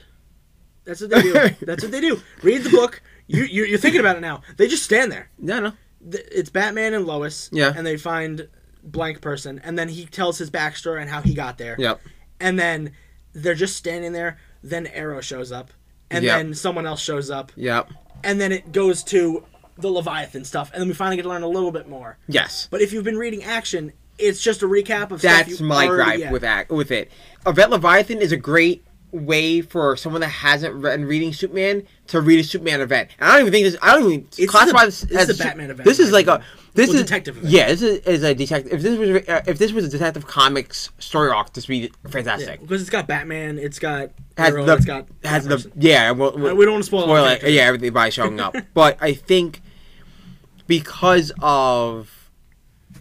That's what they do. That's what they do. Read the book. You, you you're thinking about it now. They just stand there.
no, no.
Th- It's Batman and Lois.
Yeah.
And they find blank person, and then he tells his backstory and how he got there.
Yep.
And then they're just standing there. Then Arrow shows up, and
Yep.
then someone else shows up,
Yep.
and then it goes to the Leviathan stuff, and then we finally get to learn a little bit more.
Yes.
But if you've been reading action, it's just a recap of
That's
stuff you
my
already-
gripe
yeah.
with act, with it. Yvette Leviathan is a great way for someone that hasn't been reading Superman to read a Superman event. And I don't even think this. I don't even
It's
classify
the-
this
it's
as
the
Su-
Batman event,
This
in
is
my
like a
opinion.
this
Well,
is
detective event.
Yeah, this is, is a detective. If this was uh, if this was a detective comics story arc, this would be fantastic.
because it's got Batman, it's got
has
Arrow,
the
it's got
has
that
the
person.
yeah. Well, well,
we don't wanna spoil all the
it. Yeah, everything by showing up, but I think because of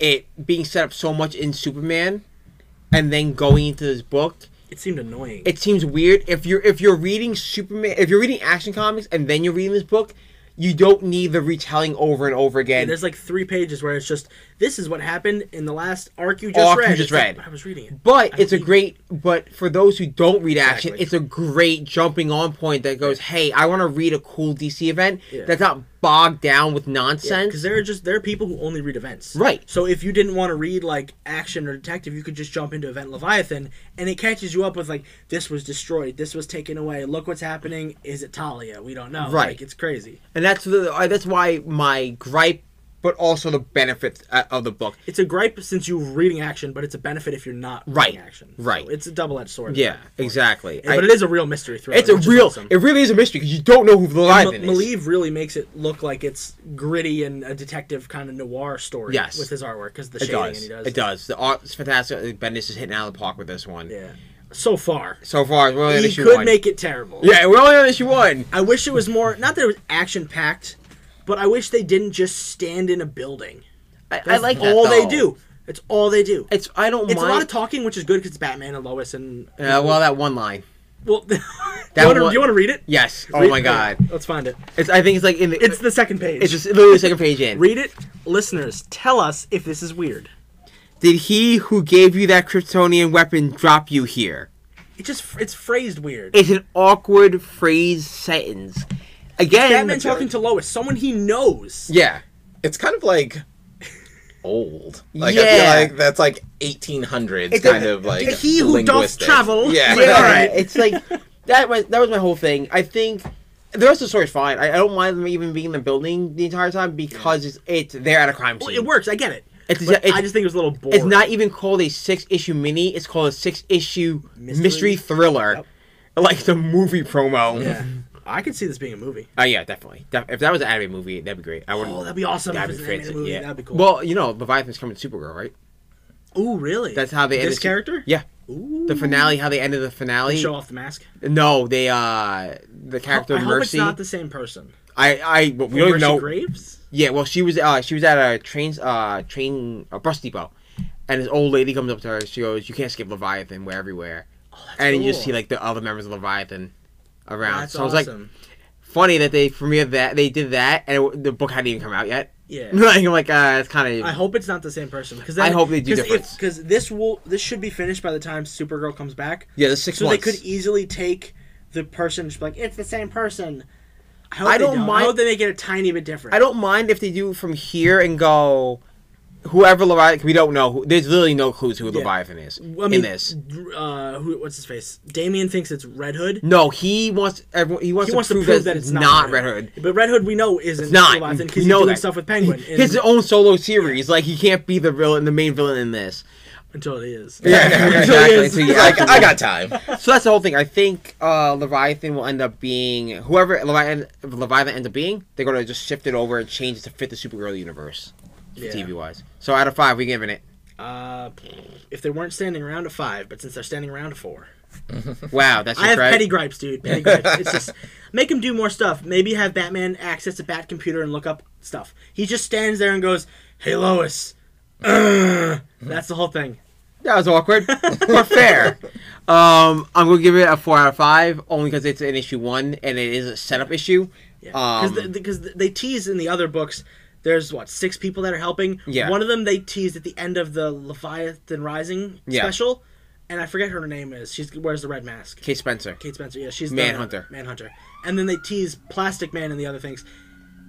it being set up so much in Superman, and then going into this book,
It seemed annoying.
it seems weird. If you're if you're reading Superman, if you're reading Action Comics, and then you're reading this book, you don't need the retelling over and over again.
There's like three pages where it's just this is what happened in the last arc you just
Arc you
read.
just
It's like,
read.
I was reading it,
But
I
it's a
need-
great. But for those who don't read action,
Exactly.
it's a great jumping on point that goes, "Hey, I want to read a cool DC event
Yeah.
that's not bogged down with nonsense."
because there are just there are people who only read events.
Right.
So if you didn't want to read like action or detective, you could just jump into Event Leviathan, and it catches you up with like this was destroyed, this was taken away. Look what's happening. Is it Talia? We don't know.
Right.
Like, it's crazy.
and that's the uh, that's why my gripe, but also the benefit uh, of the book.
It's a gripe since you're reading action, but it's a benefit if you're not
Right.
reading action.
Right.
So it's a double edged sword.
Yeah, exactly. I-
but it is a real mystery thriller.
it's a
which is
real.
awesome.
It really is a mystery because you don't know who the
Ma-
lion is.
Malieve really makes it look like it's gritty and a detective kind of noir story
Yes.
with his artwork because the
it
shading
does.
and he does.
It does. The art's fantastic. Bendis is hitting out of the park with this one.
Yeah. So far,
So far, we're only on
he
issue
could
one.
make it terrible.
yeah, we're only on issue one.
I wish it was more. Not that it was action packed, but I wish they didn't just stand in a building.
I, I
That's
like that,
all they
though.
do. It's all they do.
It's I don't
It's
mind.
a lot of talking, which is good because it's Batman and Lois and
Uh, well, that one line.
well. do, you wanna,
one-
do you want to read it?
Yes. Oh
Read-
my god.
Let's find it.
It's. I think it's like in the.
It's the second page.
It's just literally the second page in.
read it, listeners. Tell us if this is weird.
Did he who gave you that Kryptonian weapon drop you here?
It just it's phrased weird.
It's an awkward phrase sentence. Again.
Batman talking to Lois, someone he knows.
Yeah.
It's kind of like old. Like
Yeah.
I feel like that's like 1800s
It's
kind
a-
of like
he who doth
linguistic.
travel.
Yeah.
Yeah.
all
All right.
right. It's like that was that was my whole thing. I think the rest of the story's fine. I, I don't mind them even being in the building the entire time because it's, it's they're at a crime
Well,
scene.
it works. I get it.
It's,
But
it's-
I just think it was a little boring.
It's not even called a six issue mini. It's called a six issue mystery,
Mystery.
thriller, like the movie promo.
Yeah. I could see this being a movie.
Oh yeah, definitely. Def- if that was an anime movie, that'd be great. I wouldn't.
Oh, that'd be awesome.
that'd
if it's
be
an animated
fancy,
movie.
yeah.
That'd be cool.
Well, you know, Leviathan's coming to Supergirl, right?
Ooh, really?
That's how they
This
ended Sup-
character?
Yeah,
Ooh.
the finale. How they ended the finale.
show off the mask.
No, they uh the character
I hope
Mercy.
it's not the same person.
I I well, we don't
Mercy
know.
Graves.
Yeah, well, she was uh she was at a train uh train a bus depot, and this old lady comes up to her. She goes, "You can't skip Leviathan. We're everywhere." and you just
cool.
see like the other members of Leviathan around.
That's
so it's like
awesome.
funny that they premiered that they did that, and it, the book hadn't even come out yet.
yeah.
like I'm like uh, it's kind
I
of
hope it's not the same person because
I hope they do difference.
Because this will this should be finished by the time Supergirl comes back.
yeah, the six
So
months.
they could easily take the person and just be like, it's the same person. I, hope
I
they
don't mind-
I hope they make it a tiny bit different.
I don't mind if they do from here and go. Whoever Leviathan, we don't know. Who, there's literally no clues who Leviathan is
Well, I mean,
in this.
Uh, who, what's his face? Damien thinks it's Red Hood.
No, he wants everyone. He wants,
He
to,
wants
prove that it's not Red Hood.
But Red Hood, we know, isn't
It's not.
Leviathan
We
because he's
know
doing
that.
stuff with Penguin
He has his
in-
own solo series. Like he can't be the villain, the main villain in this.
until it is.
Yeah, exactly. So,
He's
yeah,
like, I got time.
So that's the whole thing. I think uh, Leviathan will end up being whoever Leviathan, Leviathan ends up being. They're going to just shift it over and change it to fit the Supergirl universe,
Yeah.
TV wise. So out of five, we giving it.
Uh, if they weren't standing around at five, but since they're standing around at four,
Wow, that's
I
your
have
right.
petty gripes, dude. Petty gripes. It's just make him do more stuff. Maybe have Batman access a Bat computer and look up stuff. He just stands there and goes, "Hey Lois." Ugh. That's the whole thing.
That was awkward, but fair. Um, I'm going to give it a four out of five, only because it's an issue one and it is a setup issue.
because
Um,
they tease in the other books there's what six people that are helping
Yeah.
one of them they teased at the end of the leviathan rising
Yeah.
special and i forget her name is she's wears the red mask
Kate Spencer.
kate spencer yeah she's
Manhunter.
the manhunter and then they tease plastic man and the other things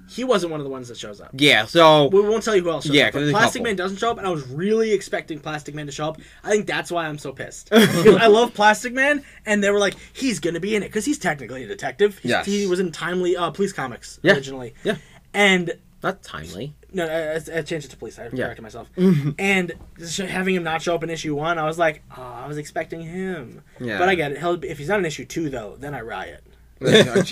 He wasn't one of the ones that shows up.
Yeah, so
We won't tell you who else shows
Yeah,
up.
'cause
But
there's a
Plastic
couple.
Man doesn't show up, and I was really expecting Plastic Man to show up. I think that's why I'm so pissed. Because I love Plastic Man, and they were like, he's going to be in it, because he's technically a detective. He's-
Yes.
He was in Timely uh, Police Comics
Yeah.
originally.
Yeah.
And
not timely.
No, I, I- I changed it to police. I corrected myself.
Mm-hmm.
and sh- having him not show up in issue one, I was like, oh, I was expecting him.
Yeah.
But I get it. He'll, if he's not in issue two, though, then I riot.
right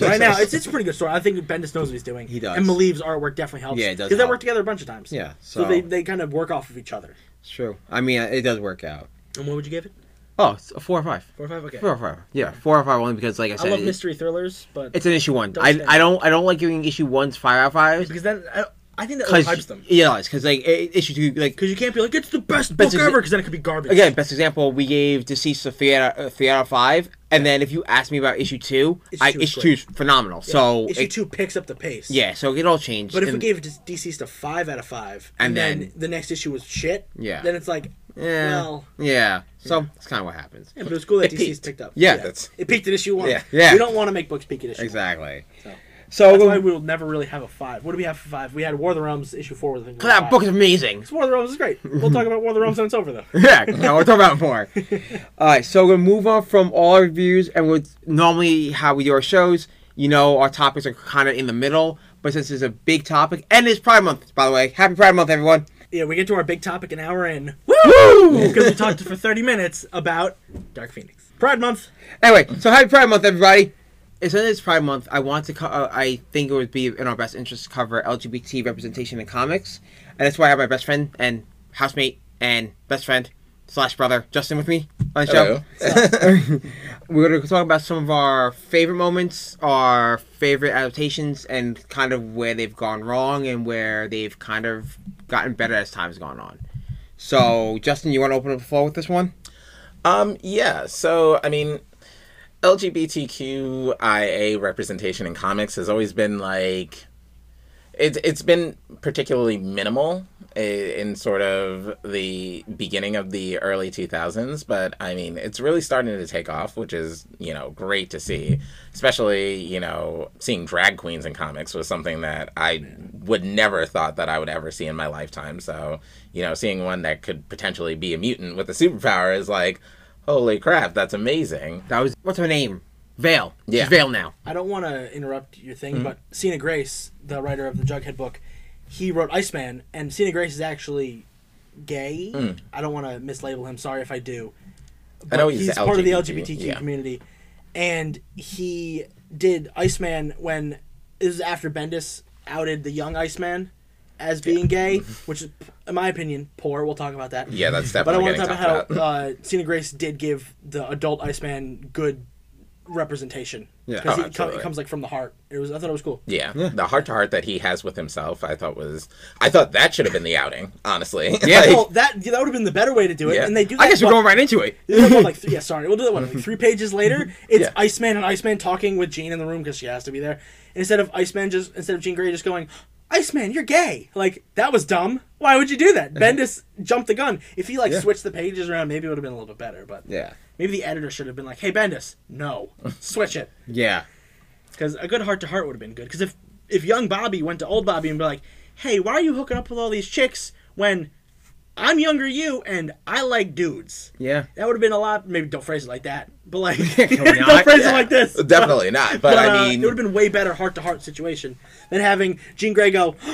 Right now, it's it's a pretty good story. I think Bendis knows what he's doing. He
does.
And Malieve's artwork definitely helps.
Yeah, it does
Because they
help.
work together a bunch of times.
Yeah,
So,
so-
they, they kind of work off of each other.
it's true. I mean, it does work out.
And what would you give it?
Oh, it's a four or five.
Four or five? Okay.
Four or five. Yeah, four or five only because, like I
I
said,
love
it-
mystery thrillers, but
it's an issue one.
Don't
I,
stand.
I don't I don't like giving issue ones five out of fives
because then I, I think that hypes
because
them.
yeah, because like i- issue two like
Because you can't be like it's the best book
Best
ever 'cause
exa-
ever, because then it could be garbage.
again best example we gave deceased a three out of, uh, three out of five, and then if you ask me about issue two,
Issue
I,
two is
issue two is phenomenal. So
issue
it,
two picks up the pace.
yeah, so it all changed.
But if
and-
we gave deceased a five out of five, and,
And
then,
then-
the next issue was shit,
Yeah.
then it's like,
yeah,
well,
yeah, so that's kind of what happens.
yeah, but it was cool that
It
deceased
peaked.
picked up.
Yeah.
That's-
it peaked at issue one.
Yeah.
Yeah.
we don't want to make books peak at issue. Exactly.
Exactly.
So-
So,
That's why we'll never really have a five. What do we have for five? We had War of the Realms issue four. Was
that book is amazing.
War of the Realms is great. We'll talk about War of the Realms when it's over, though.
yeah, no, we'll talk about it more. All right, so we're gonna move on from all our reviews, and with normally how we do our shows, you know, our topics are kind of in the middle. But since it's a big topic, and it's Pride Month, by the way, Happy Pride Month, everyone!
Yeah, we get to our big topic an hour in
Woo!
because we talked for thirty minutes about Dark Phoenix, Pride Month.
anyway, so Happy Pride Month, everybody! It's since it's Pride Month. I want to. Co- uh, I think it would be in our best interest to cover LGBT representation in comics, and that's why I have my best friend and housemate and best friend slash brother Justin with me on the show.
Hello.
We're going to talk about some of our favorite moments, our favorite adaptations, and kind of where they've gone wrong and where they've kind of gotten better as time's gone on. So, Justin, you want to open up the floor with this one?
Um, yeah. So, I mean, LGBTQIA representation in comics has always been like it's it's been particularly minimal i- in sort of the beginning of the early 2000s, but I mean, it's really starting to take off, which is, you know, great to see. Especially, you know, seeing drag queens in comics was something that I would never have thought that I would ever see in my lifetime. So, you know, seeing one that could potentially be a mutant with a superpower is like, holy crap, that's amazing.
That was what's her name? Vale.
Yeah.
She's Vale now.
I don't want to interrupt your thing, but Cena Grace, the writer of the Jughead book, he wrote Iceman, and Cena Grace is actually gay. I don't want to mislabel him. Sorry if Mm. I do. But
know he's
part of the
LGBT,
LGBTQ
yeah.
community, and he did Iceman when this is after Bendis outed the young Iceman as being gay, which is, in my opinion, poor. We'll talk about that.
Yeah, that's
But I
definitely
want to
getting
talk about
talked
how
about.
uh, Cena Grace did give the adult Iceman good representation.
Yeah.
because
Oh,
it,
absolutely.
comes like from the heart. It was I thought it was cool.
Yeah, the heart to heart that he has with himself, I thought was, I thought that should have been the outing, honestly.
Yeah.
Like,
Well, that that would have been the better way to do it,
Yeah.
and they do. That
I guess we're
what-
going right into it.
they do that what, like th- yeah, sorry, we'll do that one. Like three pages later, it's
Yeah.
Iceman and Iceman talking with Jean in the room because she has to be there. Instead of Iceman just instead of Jean Grey just going, Iceman, you're gay. Like that was dumb. Why would you do that? Bendis jumped the gun. If he like switched the pages around, maybe it would have been a little bit better. But
Yeah.
maybe the editor should have been like, Hey Bendis, no, switch it.
Yeah.
Because a good heart to heart would have been good. Because if if young Bobby went to old Bobby and be like, "Hey, why are you hooking up with all these chicks when I'm younger you and I like dudes?"
Yeah.
That would have been a lot. Maybe don't phrase it like that, but like
Can we
don't
not?
phrase it like this.
Definitely not. But,
But, uh,
I mean,
it would have been way better heart to heart situation than having Jean Grey go,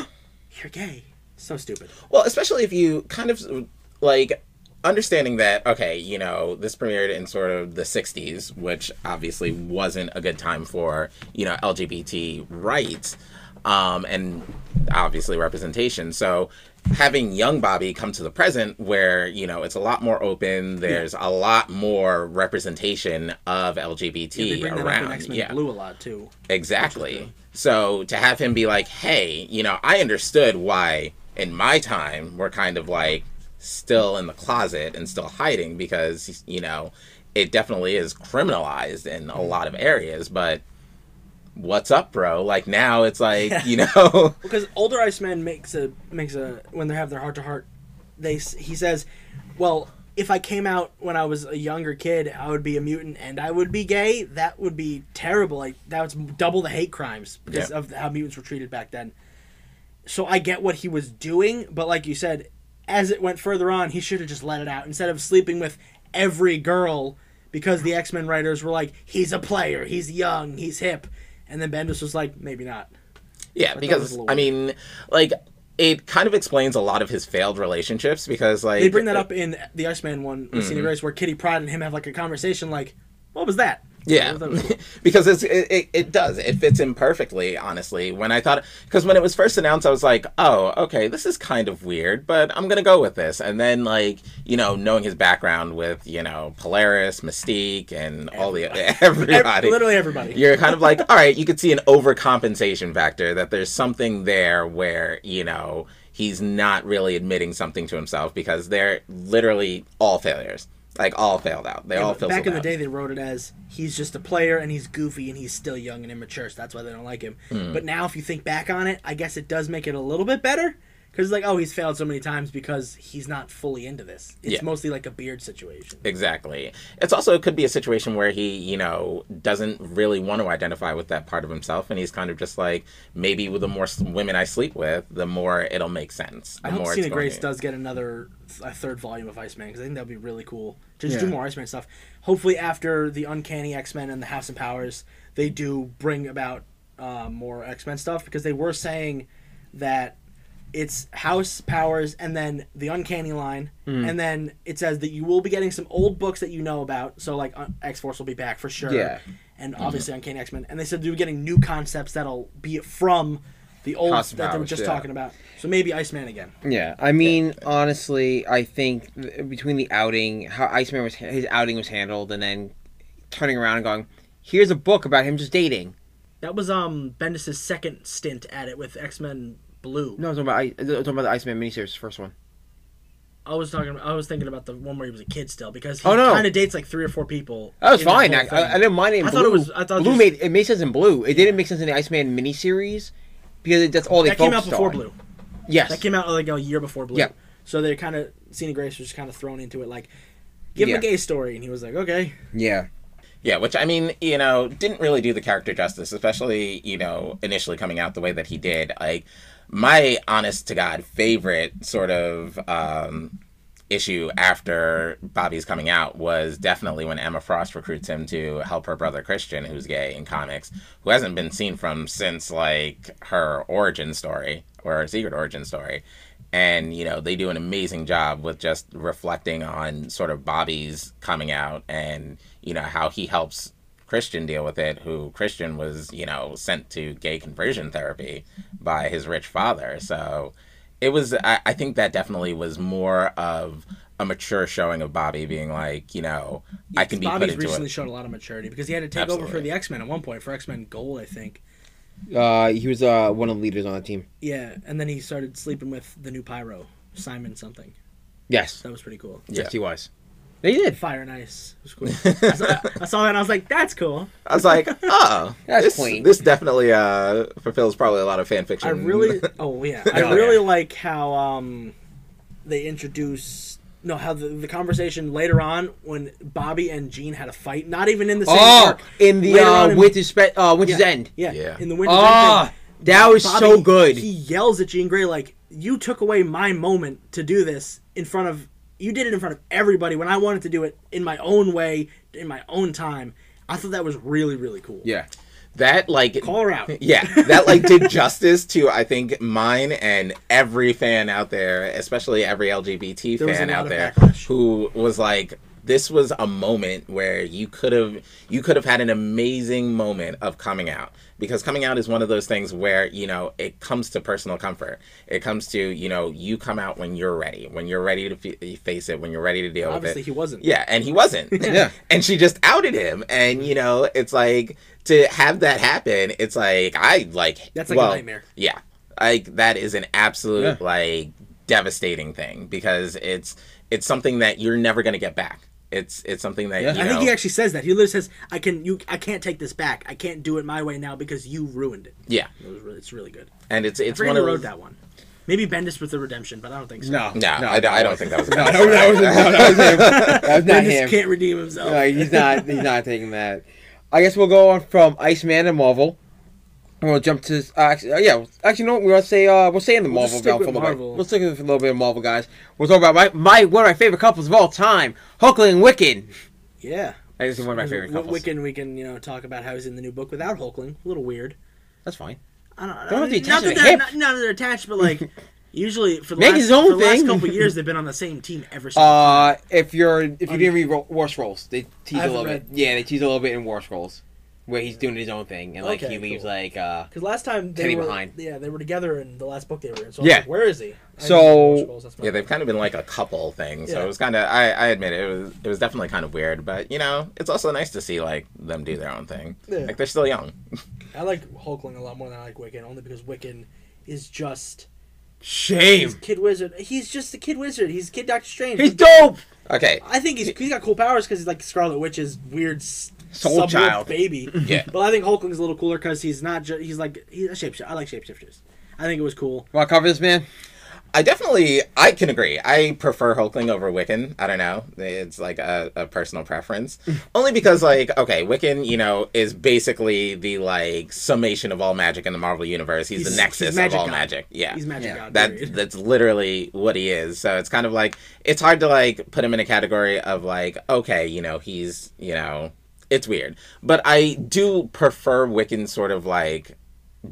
"You're gay." So stupid.
well, especially if you kind of like understanding that, okay, you know, this premiered in sort of the 60s, which obviously wasn't a good time for, you know, LGBT rights um, and obviously representation. So having young Bobby come to the present where, you know, it's a lot more open, there's a lot more representation of
They
LGBT
bring that up in
around.
X Men
Yeah.
Blue a lot too.
Exactly. So to have him be like, hey, you know, I understood why in my time we're kind of like still in the closet and still hiding because, you know, it definitely is criminalized in
Mm-hmm.
a lot of areas, but what's up, bro? Like now it's like, you know,
because older Iceman makes a makes a when they have their heart to heart, they s- he says, "Well, if I came out when I was a younger kid, I would be a mutant and I would be gay. That would be terrible. Like that was double the hate crimes because
Yeah.
of how mutants were treated back then." So I get what he was doing, but like you said, as it went further on, he should have just let it out instead of sleeping with every girl because the X Men writers were like, he's a player, he's young, he's hip, and then Bendis was like, maybe not.
Yeah,
thought it was a
because
little
I mean, like it kind of explains a lot of his failed relationships because like
They bring that up in the X Men one with
Mm-hmm.
Cine Grace where Kitty Pride and him have like a conversation like, what was that?
Yeah,
That was cool.
because it's, it, it it does it fits in perfectly. Honestly, when I thought because when it was first announced, I was like, oh, okay, this is kind of weird, but I'm gonna go with this. And then like you know, knowing his background with you know Polaris, Mystique, and all the
Ev-
everybody,
literally everybody.
you're kind of like, all right, you could see an overcompensation factor that there's something there where, you know, he's not really admitting something to himself because they're literally all failures. Like all failed out. They all
But
failed
back in the
out.
day, they wrote it as he's just a player and he's goofy and he's still young and immature, so that's why they don't like him.
Mm.
But now, if you think back on it, I guess it does make it a little bit better because like, oh, he's failed so many times because he's not fully into this. It's
Yeah.
mostly like a beard situation.
Exactly. It's also it could be a situation where he, you know, doesn't really want to identify with that part of himself, and he's kind of just like maybe with the more s- women I sleep with, the more it'll make sense. The
I hope
more it's
Cena
going
Grace
to-
does get another a third volume of Iceman because I think that'd be really cool to just do
Yeah.
more Iceman stuff. Hopefully, after the Uncanny X Men and the House and Powers, they do bring about uh, more X Men stuff because they were saying that it's House Powers and then the Uncanny line,
Hmm.
and then it says that you will be getting some old books that you know about. So like X Force will be back for sure,
Yeah. Mm-hmm.
and obviously Uncanny X Men, and they said they were getting new concepts that'll be from. The old
House and
that they were
Powers,
just
yeah.
talking about. So maybe Iceman again.
Yeah, I mean, honestly, I think th- between the outing, how Iceman was his outing was handled, and then turning around and going, "Here's a book about him just dating."
That was um Bendis' second stint at it with X Men Blue.
No, I was talking about, I, I was talking about the Iceman miniseries, the first one.
I was talking. I was thinking about the one where he was a kid still, because he
Oh, no.
kind of dates like three or four people.
That was
in the
fine.
whole
act- I,
thing.
I didn't mind it. In
I
blue.
thought it was- I thought
blue
just-
made it made sense in blue. It didn't make sense in the Iceman miniseries because it, that's all they
that came out
focused
before
on.
Blue.
Yes,
That came out like a year before Blue.
Yeah.
So they're kind of Cena Grace was just kind of thrown into it, like give him
Yeah.
a gay story, and he was like, okay.
yeah.
Yeah, which I mean, you know, didn't really do the character justice, especially, you know, initially coming out the way that he did. Like, my honest to God favorite sort of um, issue after Bobby's coming out was definitely when Emma Frost recruits him to help her brother Christian, who's gay in comics, who hasn't been seen from since, like, her origin story or her secret origin story. And, you know, they do an amazing job with just reflecting on sort of Bobby's coming out and, you know, how he helps Christian deal with it, who Christian was, you know, sent to gay conversion therapy by his rich father. So it was, I, I think that definitely was more of a mature showing of Bobby being like, you know, I can be
Bobby's
put into
recently
it.
showed a lot of maturity because he had to take over for
Absolutely.
the X Men at one point for X Men Gold, I think.
Uh, he was uh, one of the leaders on that team.
Yeah, and then he started sleeping with the new Pyro Simon something.
Yes,
That was pretty cool.
yes, he was. They did.
Fire and Ice was cool. I, saw, I saw that and I was like, that's cool.
I was like, oh,
That's
this,
clean.
this definitely uh, fulfills probably a lot of fan fiction.
I really, oh yeah, I
Yeah.
really like how um, they introduce no how the, the conversation later on when Bobby and Jean had a fight, not even in the same
Oh,
arc.
in the
Later on
uh,
in-
Winter's, spe- uh, Winter's
yeah,
End.
yeah,
Yeah.
in the winter.
Oh, that was so good.
He yells at Jean Grey like, "You took away my moment to do this in front of you did it in front of everybody when I wanted to do it in my own way, in my own time." I thought that was really really cool.
yeah.
that like
call her out.
Yeah, that like did justice to I think mine and every fan out there, especially every LGBT
There was a
fan
lot
out
of
there
backlash.
who was like this was a moment where you could have you could have had an amazing moment of coming out because coming out is one of those things where you know it comes to personal comfort it comes to you know you come out when you're ready when you're ready to fe face it when you're ready to deal
Obviously,
with
he
it
wasn't.
yeah, and he wasn't.
Yeah.
And she just outed him. And, you know, it's like to have that happen, it's like I like
That's like a nightmare.
Yeah. Like that is an absolute
Yeah.
like devastating thing because it's it's something that you're never gonna get back. It's it's something that
Yeah.
you
I
know,
think he actually says that. He literally says, "I can you I can't take this back. I can't do it my way now because you ruined it."
Yeah.
It was really, it's really good.
And it's
I
it's
forget
one
who
of
wrote
those,
that one. Maybe Bendis with the redemption, but I don't think so.
No,
No, I, don't- I don't think that was a
No, that was, that was, no, that was him. That was not
Bendis
him.
can't redeem
Oh.
himself.
No, he's not. He's not taking that. I guess we'll go on from Iceman and Marvel We'll jump to uh, actually, uh, yeah. well, Actually, no. We want to say uh, we'll stay in the
We'll just
Marvel
stick
realm
with
for a little
Marvel.
bit. We'll stick with a little bit of Marvel, guys. We'll talk about my, my one of my favorite couples of all time, Hulkling and Wiccan.
Yeah.
That is one of my favorite
W-
couples.
Wiccan, we can you know talk about how he's in the new book without Hulkling. A little weird.
That's fine.
I don't,
Don't have to be
not that
attached to the
they're
hip.
not, not that they're attached, but like usually for the
Make
last,
his own
for the last
thing.
couple of years they've been on the same team ever since.
Uh, if you're if you didn't read Ro- War Scrolls, they tease
I
a
haven't
little bit. Yeah, they tease a little bit in War Scrolls, where he's doing his own thing and like
Okay,
he leaves
cool.
like uh.
Because last time they
Teddy
were,
behind.
yeah, they were together in the last book they were in. So I was
Yeah.
like, where is he? I didn't
So-
see the scrolls, that's my-
Yeah, they've kind of been like a couple thing, so
Yeah.
it was kind of. I, I admit it, it was it was definitely kind of weird, but you know, it's also nice to see like them do their own thing.
Yeah.
Like they're still young.
I like Hulkling a lot more than I like Wiccan, only because Wiccan is just
Shame.
Kid Wizard. He's just the Kid Wizard. He's Kid Doctor Strange.
He's dope.
Okay,
I think he's he's got cool powers because he's like Scarlet Witch's weird s-
Soul
sub-wolf
child.
baby.
Yeah.
but I think Hulkling's a little cooler because he's not. Ju- he's like he's a shapeshifter. I like shapeshifters. I think it was cool.
Want to cover this, man?
I definitely I can agree. I prefer Hulkling over Wiccan. I don't know. It's like a, a personal preference.
Mm.
Only because like, okay, Wiccan, you know, is basically the like summation of all magic in the Marvel universe. He's,
He's-
the nexus
he's magic
of all
god.
magic. Yeah.
He's magic
Yeah.
god.
that
period.
that's literally what he is. So it's kind of like it's hard to like put him in a category of like okay, you know, he's, you know, it's weird. But I do prefer Wiccan's sort of like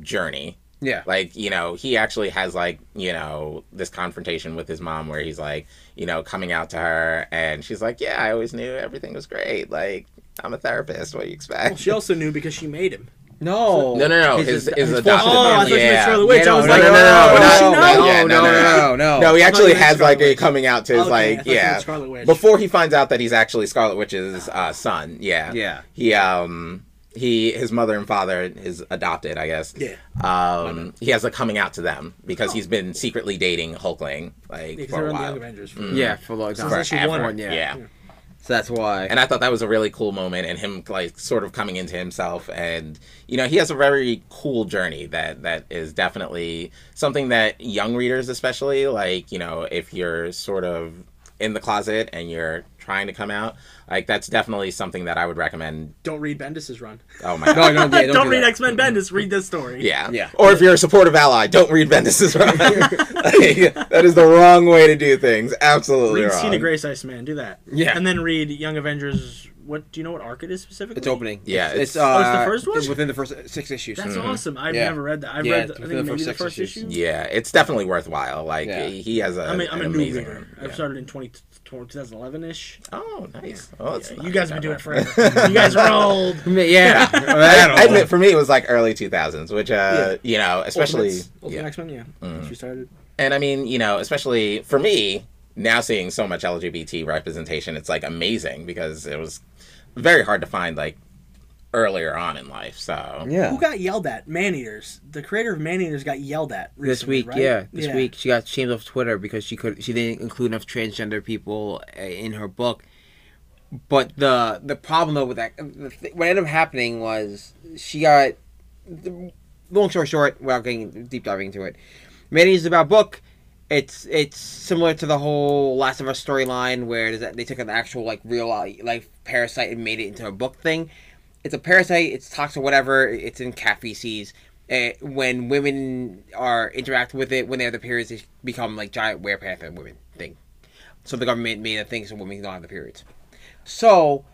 journey
Yeah.
like you know he actually has like you know this confrontation with his mom where he's like you know coming out to her and she's like yeah i always knew everything was great like i'm a therapist what do you expect
She also knew because she made him.
No.
no no no his, his, adopted
Oh, I thought
family,
you meant
yeah.
Scarlet Witch. I
No,
was
no,
like,
no, no,
oh,
no,
she
no,
knows?
Yeah,
no, no, no, no,
no he
I thought
actually
you meant
has
Scarlet
like a
Witch. Oh,
coming out to his
Okay, I
like
thought you meant
yeah
Scarlet Witch.
before he finds out that he's actually scarlet witch's uh, son yeah
Yeah.
he um he his mother and father is adopted i guess
Yeah. Oh.
um he has a coming out to them because he's been secretly dating hulkling
Because
like
they
for
were
a
in the Young
while
Avengers.
Yeah, for a long
So
time.
it's actually
Forever.
one.
Mm-hmm. Mm. Yeah.
yeah
So that's why.
and I thought that was a really cool moment and him like sort of coming into himself and you know he has a very cool journey that that is definitely something that young readers especially like you know if you're sort of in the closet and you're trying to come out like that's definitely something that I would recommend
Don't read Bendis's run.
oh my
no,
god
no, yeah, don't,
don't
do
read
that.
X Men Bendis. Read this story.
yeah
Yeah.
or if you're a supportive ally don't read Bendis's run Like, that is the wrong way to do things absolutely
Read
wrong
Cena Grace Iceman. Do that.
Yeah.
And then read Young Avengers. What do you know? What arc it is specifically?
It's opening.
Yeah,
It's,
it's-
uh,
Oh, it's the first one?
It's within the first six issues. Mm-hmm.
That's awesome. I've
Yeah.
never read that. I've
Yeah,
read.
it's
I think
within the
maybe
first
the
six
first
issues.
issue.
yeah it's definitely worthwhile like
Yeah.
he has a
I mean, I'm
an
a new
amazing
reader.
run.
I've
Yeah.
started in 20, 2011 ish.
Oh, nice. Oh, that's
You
not
guys have been
that
doing it
old.
forever. you guys are old.
Yeah.
I, I admit, for me, it was like early 2000s, which, uh, you know, especially.
Ultimates, Ultimate
Yeah.
X Men. Yeah.
Mm.
She started.
And I mean, you know, especially for me, now seeing so much LGBT representation, it's like amazing because it was very hard to find like earlier on in life. So,
Who
yeah.
got yelled at? Maneaters. The creator of Maneaters got yelled at recently,
This week,
right?
yeah, this week she got shamed off Twitter because she could she didn't include enough transgender people uh, in her book. But the the problem though with that, uh, the th- what ended up happening was she got. The, long story short, without getting deep diving into it, Manny's about book. It's it's similar to the whole Last of Us storyline where there's that- they took an actual like real uh, life parasite and made it into a book thing. It's a parasite. It's toxic, whatever. It's in cat feces. Eh, when women are interact with it, when they have their periods, they become like giant werepanther women thing. So the government made a thing so women don't have the periods. So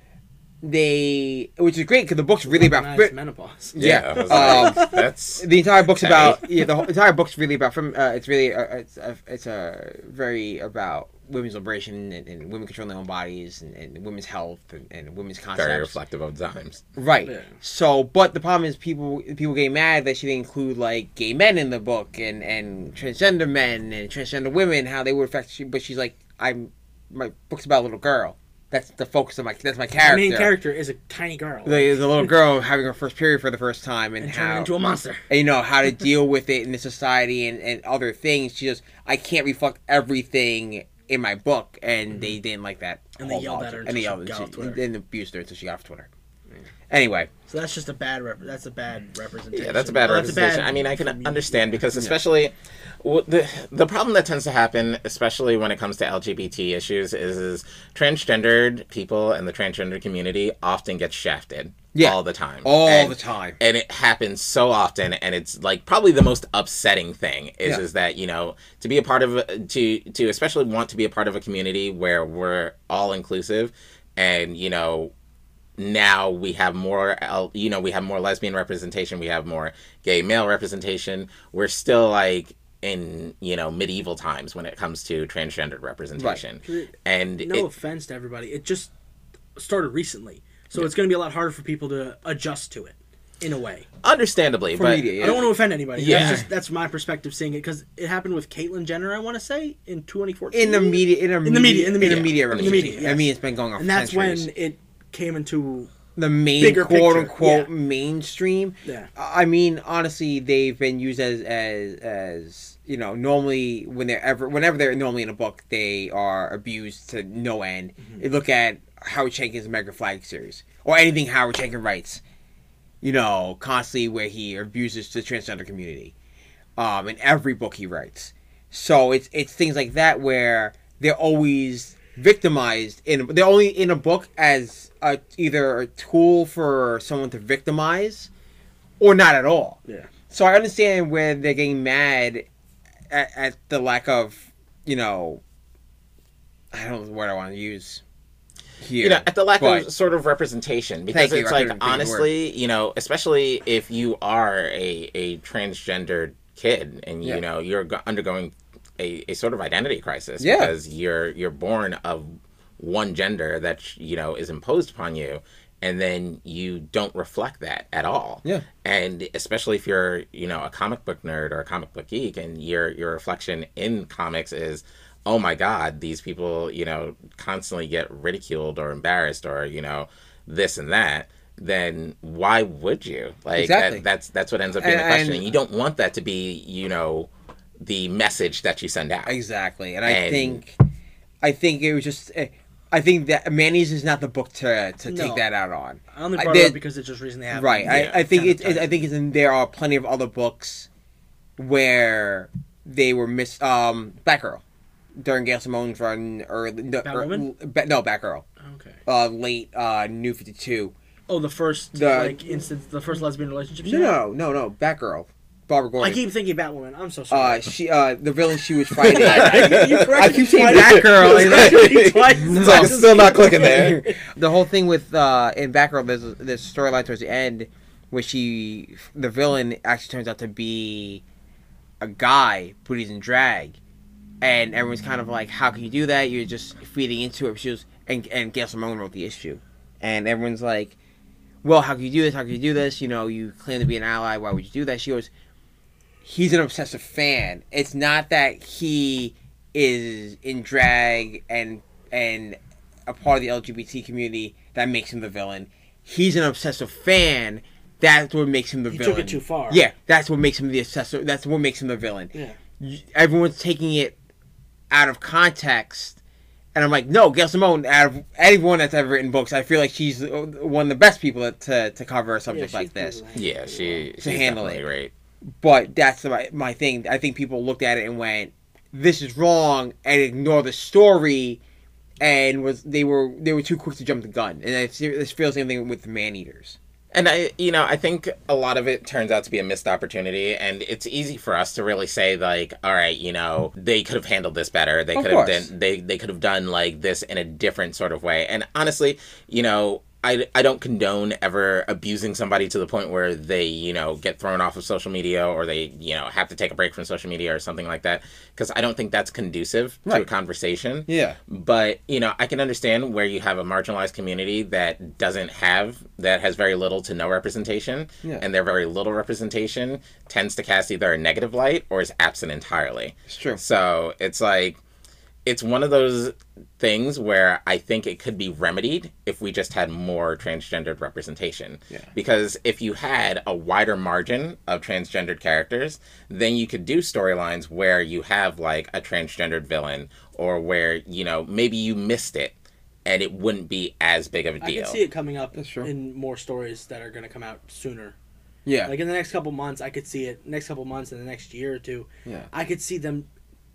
they, which is great because the book's really about
Nice menopause.
yeah.
I was
Um,
like, that's.
the entire book's
Hey.
about yeah. The whole, entire book's really about from. Uh, it's really uh, it's uh, it's uh, very about women's liberation and, and women controlling their own bodies and, and women's health and, and women's concepts.
Very reflective of times.
Right.
Yeah.
So, but the problem is people people get mad that she didn't include like gay men in the book and and transgender men and transgender women how they would affect. She, but she's like, I'm my book's about a little girl. That's the focus of my that's my
The
character.
main character is a tiny girl.
The, the little girl having her first period for the first time and,
and
how
turning into a monster.
and, you know how to deal with it in the society and, and other things. She just I can't reflect everything in my book, and they didn't like that.
Mm-hmm. And they
whole
yelled at her
logic.
until
and they
she
yelled,
got
she-
off Twitter.
and then abused her until she got off Twitter. Anyway,
So that's just a bad. Rep- that's a bad representation.
Yeah, that's a bad
Or
representation. I mean, I can understand because especially w- the the problem that tends to happen, especially when it comes to LGBT issues, is, is transgendered people and the transgender community often get shafted.
Yeah.
all the time.
All
And-
the time.
And it happens so often and it's like probably the most upsetting thing is
Yeah.
is that, you know, to be a part of a- to to especially want to be a part of a community where we're all inclusive and, you know, now we have more L- you know, we have more lesbian representation, we have more gay male representation. We're still like in, you know, medieval times when it comes to transgendered representation. And
No
it,
offense to everybody, it just started recently, so it's going to be a lot harder for people to adjust to it, in a way.
understandably,
For
but
media, yeah.
I don't want to offend anybody.
Yeah.
That's just that's my perspective seeing it because it happened with Caitlyn Jenner. I want to say in 2014.
in the media, in,
the media, in the media.
In the
representation.
media, yes.
I mean, it's been going on.
and
for
that's
centuries.
when it came into
the main
bigger
quote
picture,
unquote
yeah.
mainstream.
Yeah.
I mean, honestly, they've been used as as as you know, normally when they're ever whenever they're normally in a book, they are abused to no end.
Mm-hmm.
You Look at Howard Schenken's American Flag series or anything Howard Schenken writes. You know, constantly where he abuses the transgender community, um, in every book he writes. So it's it's things like that where they're always victimized in they're only in a book as a, either a tool for someone to victimize or not at all.
yeah.
So I understand where they're getting mad at, at the lack of, you know, I don't know the word I want to use here.
you know, at the lack
but-
of sort of representation because
Thank you,
it's
I
like
couldn't think of the
honestly, you know, especially if you are a a transgendered kid and
Yeah.
you know you're go- undergoing a, a sort of identity crisis
Yeah.
because you're you're born of one gender that you know is imposed upon you and then you don't reflect that at all
Yeah.
and especially if you're you know a comic book nerd or a comic book geek and your your reflection in comics is oh my god these people you know constantly get ridiculed or embarrassed or you know this and that then why would you like
Exactly.
that, that's that's what ends up being the
And-
question
and-
you don't want that to be you know the message that you send out
Exactly, and I
And-
think, I think it was just, eh, I think that Manny's is not the book to to take
No.
that out on.
I only
I
brought it
did-
up because it just recently happened.
Right,
Yeah,
I, I think
kind of
it's it, I think it's in, there are plenty of other books where they were miss um Batgirl during Gail Simone's run early no, er,
Batwoman?
ba- no Batgirl
Okay.
uh late uh New Fifty Two
Oh, the first
The-
like instance, the first lesbian relationship. she had?
no no no Batgirl Barbara Gordon
I keep thinking Batwoman. I'm so
uh
sorry.
she uh the villain she was fighting
I, you
I
corrected
keep saying
me twice.
Batgirl
You
and
corrected me twice.
It's like, it's still not clicking there
the whole thing with uh, in Batgirl, there's this storyline towards the end where she, the villain, actually turns out to be a guy, but he's in drag, and everyone's kind of like, "How can you do that? You're just feeding into it." She was, and and Gail Simone wrote the issue, and everyone's like, "Well, how can you do this? How can you do this? You know, you claim to be an ally. Why would you do that?" She goes, "He's an obsessive fan. It's not that he." is in drag and and a part of the LGBT community that makes him the villain. He's an obsessive fan. That's what makes him the
He took
villain.
it too far.
Yeah, that's what makes him the obsessive. That's what makes him the villain.
Yeah.
Y- Everyone's taking it out of context, and I'm like, no, Gail Simone. Out of everyone that's ever written books, I feel like she's the- one of the best people to to cover a
Yeah,
subject
she's
like this.
pretty
yeah she she's
handle it.
definitely right
But that's my my thing. I think people looked at it and went, "This is wrong," and ignored the story, and was they were they were too quick to jump the gun. And I see- this feels the same thing with the man eaters.
And I, you know, I think a lot of it turns out to be a missed opportunity, and it's easy for us to really say like, all right, you know, they could have handled this better. They
Of
could have
course.
done, they they could have done like this in a different sort of way. And honestly, you know, I I don't condone ever abusing somebody to the point where they you know get thrown off of social media or they you know have to take a break from social media or something like that because I don't think that's conducive to a
Right.
conversation
Yeah,
but you know i can understand where you have a marginalized community that doesn't have that has very little to no representation
Yeah.
and their very little representation tends to cast either a negative light or is absent entirely
it's true.
so it's like it's one of those things where I think it could be remedied if we just had more transgendered representation.
Yeah.
Because if you had a wider margin of transgendered characters, then you could do storylines where you have like a transgendered villain or where, you know, maybe you missed it and it wouldn't be as big of a
I
deal.
can see it coming up
That's true.
in more stories that are going to come out sooner.
Yeah,
Like in the next couple months, I could see it. Next couple months, in the next year or two,
Yeah.
I could see them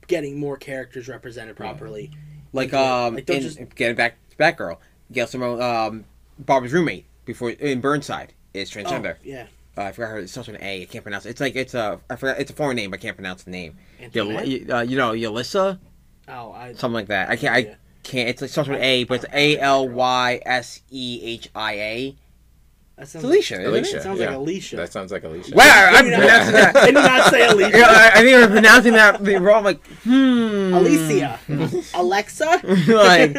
getting more characters represented properly.
like
Like,
um,
like, don't
in,
just-
getting back to Batgirl, Gail Simone, um, Barbara's roommate. before in Burnside is transgender.
Oh, yeah.
Uh, I forgot her. It starts with an A. I can't pronounce it. It's like it's a. I forgot. It's a foreign name. I can't pronounce the name. Yul-
Antoinette?
uh, you know, Yulissa,
Oh, I.
something like that. I can't. I
Yeah.
can't. It's like starts with an A, but it's A L Y S E H I A.
That sounds
It's Alicia. isn't it?
Alicia.
sounds
yeah.
like Alicia.
That sounds like Alicia.
Wow, I'm
Maybe not.
pronouncing that.
Did you not say
Yeah,
Alicia?
I, I think I'm pronouncing that wrong. Like, hmm.
Alicia. Alexa.
like,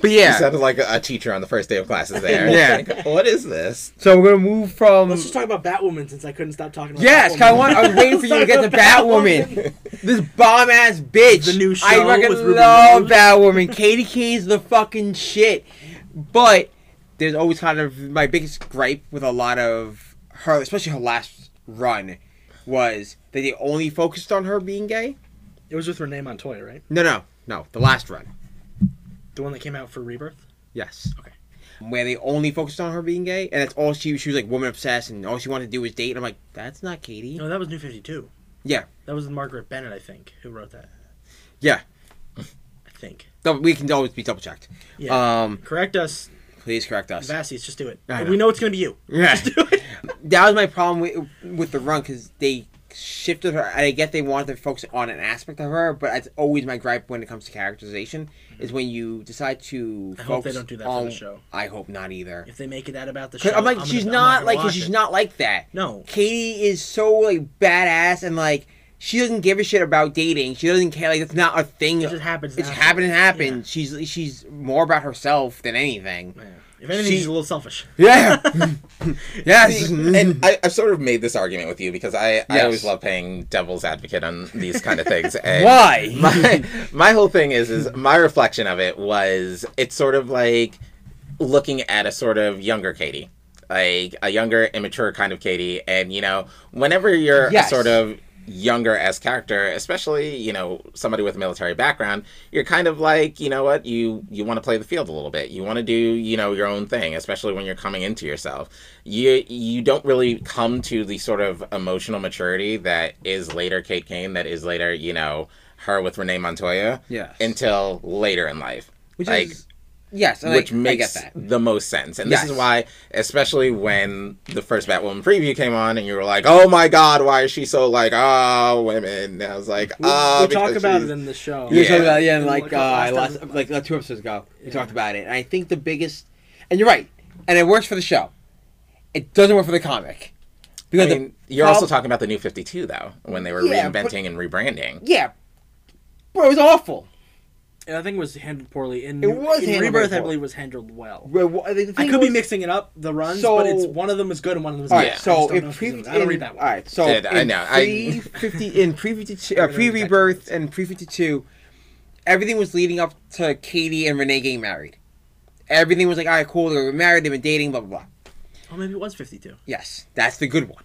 but
You
yeah.
sounded like a, a teacher on the first day of classes there.
Yeah.
Like, what is this?
So we're gonna move from.
Let's just talk about Batwoman since I couldn't stop talking about.
Yes,
Batwoman.
I want. I was waiting for you to
Let's
get
talk
to
about
Batwoman. This bomb ass bitch.
The new show
I fucking
with Ruby
love
Rose.
Batwoman. Katie Kane's the fucking shit. But there's always kind of my biggest gripe with a lot of her, especially her last run, was that they only focused on her being gay.
It was with Renee Montoya, right?
No, no, no. The last run.
The one that came out for Rebirth.
Yes.
Okay.
Where they only focused on her being gay, and that's all she she was like woman obsessed, and all she wanted to do was date. And I'm like, that's not Katie.
No, that was New Fifty Two.
Yeah.
That was Margaret Bennett, I think, who wrote that.
Yeah.
I think.
Double- We can always be double checked.
Yeah.
Um,
Correct us,
please correct us.
Vassis. Just do it.
I know.
We know it's gonna be you.
Yeah.
Just do it.
that was my problem with, with the run because they shifted her. and I get they wanted to focus on an aspect of her, but that's always my gripe when it comes to characterization is when you decide to.
I
focus
hope they don't do that for the
on-
show.
I hope not either.
If they make it that about the
'Cause
show,
I'm like,
gonna-
she's
I'm
not
gonna
like,
watch
she's
it.
not like that.
No.
Katie is so like badass and like she doesn't give a shit about dating. She doesn't care. Like that's not a thing.
It just happens.
It's
now.
happened and happened. She's she's more about herself than anything.
Yeah. If anything,
She-
she's a little selfish.
Yeah. yes.
and I, I've sort of made this argument with you because I, I
Yes.
always love playing devil's advocate on these kind of things. And
Why?
My, my whole thing is, is my reflection of it was it's sort of like looking at a sort of younger Katie, like a younger, immature kind of Katie. And, you know, whenever you're
Yes.
a sort of younger as character especially you know somebody with a military background you're kind of like you know what you you want to play the field a little bit you want to do you know your own thing especially when you're coming into yourself you you don't really come to the sort of emotional maturity that is later kate kane that is later you know her with renee montoya
Yes.
until later in life
Which
like
is yes, and
which
I,
makes
I get that.
the most sense. And
Yes.
this is why, especially when the first Batwoman preview came on, and you were like, "Oh my God, why is she so like ah women?" And I was like,
We'll,
"Ah,
we'll talk
because
about
she's-
it in the show.
We were
Yeah.
talking about yeah, and like
Like,
uh,
last
last,
episode.
like uh, two episodes ago, we
Yeah.
talked about it, and I think the biggest, and you're right, and it works for the show. It doesn't work for the comic
I
because the-
mean, you're
prob-
also talking about the New Fifty Two though, when they were
Yeah, but-
reinventing and rebranding.
yeah, bro, it was awful.
And I think it was handled poorly. In,
It was
in
handled
Rebirth,
very
I
poorly.
believe, was handled well.
Well, wha- the
I
thing
could be
was-
mixing it up, the runs,
So-
but it's one of them is good and one of them is
All right,
bad. I just
so
don't know
in
if
pre,
it's good. I don't read that one.
all right, so
Did I
in
know, I-
pre fifty in pre fifty uh,
Everything
pre
was
rebirth and pre fifty two, everything was leading up to Katie and Renee getting married. Everything was like, all right, cool, they were married, they've been dating, blah blah blah.
Oh, maybe it was fifty-two.
Yes, that's the good one.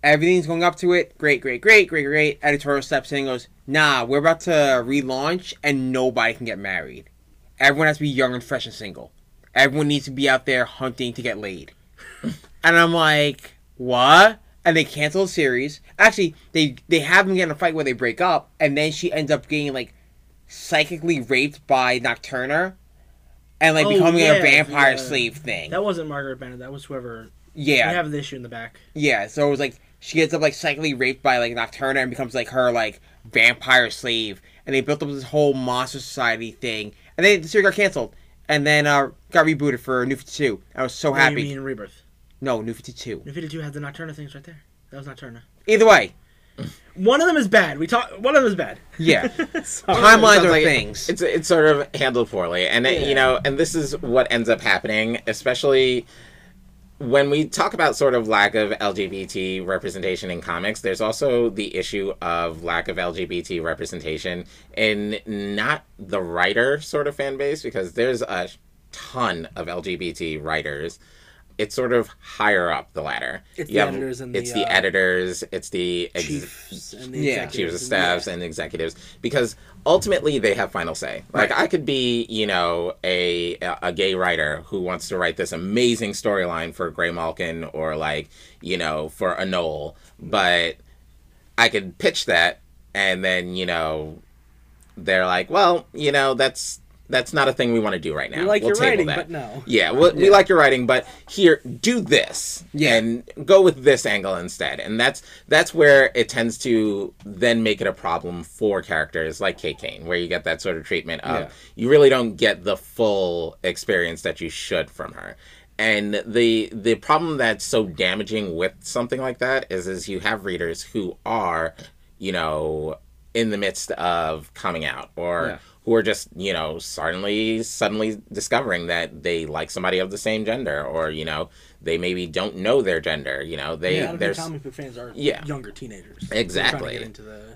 Everything's going up to it. Great, great, great, great, great. Editorial steps in and goes, nah, we're about to relaunch and nobody can get married. Everyone has to be young and fresh and single. Everyone needs to be out there hunting to get laid. and I'm like, what? And they cancel the series. Actually, they they have them get in a fight where they break up, and then she ends up getting like psychically raped by Nocturna, and like
Oh,
becoming
yeah,
a vampire
yeah.
slave thing.
That wasn't Margaret Bennett. That was whoever.
yeah,
We have the issue in the back.
yeah, so it was like she gets up like psychically raped by like Nocturna and becomes like her like vampire slave, and they built up this whole monster society thing, and then the series got canceled, and then uh, got rebooted for New Fifty Two. I was so
What do
happy.
You mean Rebirth?
No, New Fifty Two.
New fifty-two had the Nocturna things right there. That was Nocturna.
Either way,
One of them is bad. We talk. One of them is bad.
yeah,
Sorry.
timelines
Sounds
are
like
things.
It's it's sort of handled poorly, and it,
Yeah.
you know, and this is what ends up happening, especially when we talk about sort of lack of LGBT representation in comics. There's also the issue of lack of LGBT representation in not the writer sort of fan base because there's a ton of LGBT writers. It's sort of higher up the ladder.
It's
You
the
have-
editors and
it's
the,
the
uh,
editors. It's the ex-
Chiefs and the
Yeah,
executives
chiefs of
and-
staffs and executives because ultimately they have final say like
Right.
i could be you know a a gay writer who wants to write this amazing storyline for gray malkin or like you know for a knoll but i could pitch that and then you know they're like well you know that's That's not a thing we want to do right now.
We like
we'll
your
table
writing,
that.
but no.
Yeah, we, we like your writing, but here, do this.
Yeah.
And go with this angle instead. And that's that's where it tends to then make it a problem for characters like Kate Kane, where you get that sort of treatment of
Yeah.
you really don't get the full experience that you should from her. And the the problem that's so damaging with something like that is is you have readers who are, you know, in the midst of coming out or
Yeah.
who are just you know suddenly suddenly discovering that they like somebody of the same gender or you know they maybe don't know their gender you know they
a lot of the
there's
comic book fans are
Yeah.
younger teenagers.
Exactly.
They're trying to get into the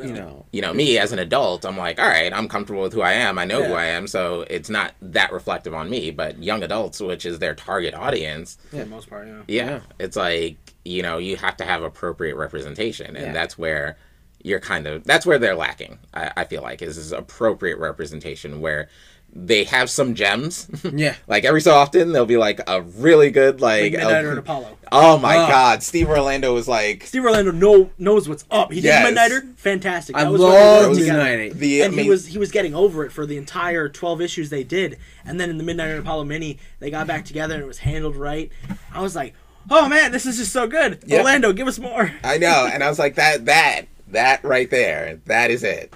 uh,
you know.
you know me as an adult i'm like all right i'm comfortable with who i am i know who
Yeah.
i am so it's not that reflective on me but young adults which is their target audience
for the most part. Yeah.
yeah, it's like you know you have to have appropriate representation and
Yeah.
that's where you're kind of that's where they're lacking i, I feel like is, is appropriate representation where they have some gems
Yeah.
Like every so often, there'll be like a really good like.
Like Midnight
a-
or an Apollo.
oh my
Oh.
god, Steve Orlando was like
Steve Orlando know, knows what's up. He
Yes.
did Midnighter, fantastic.
I
That was when they
love
worked
Rose
together.
Midnighter.
the.
and
I mean,
he was he was getting over it for the entire 12 issues they did and then in the midnight and apollo mini they got back together and it was handled right i was like oh man this is just so good
Yeah.
orlando give us more
I know, and I was like that that that right there. That is it.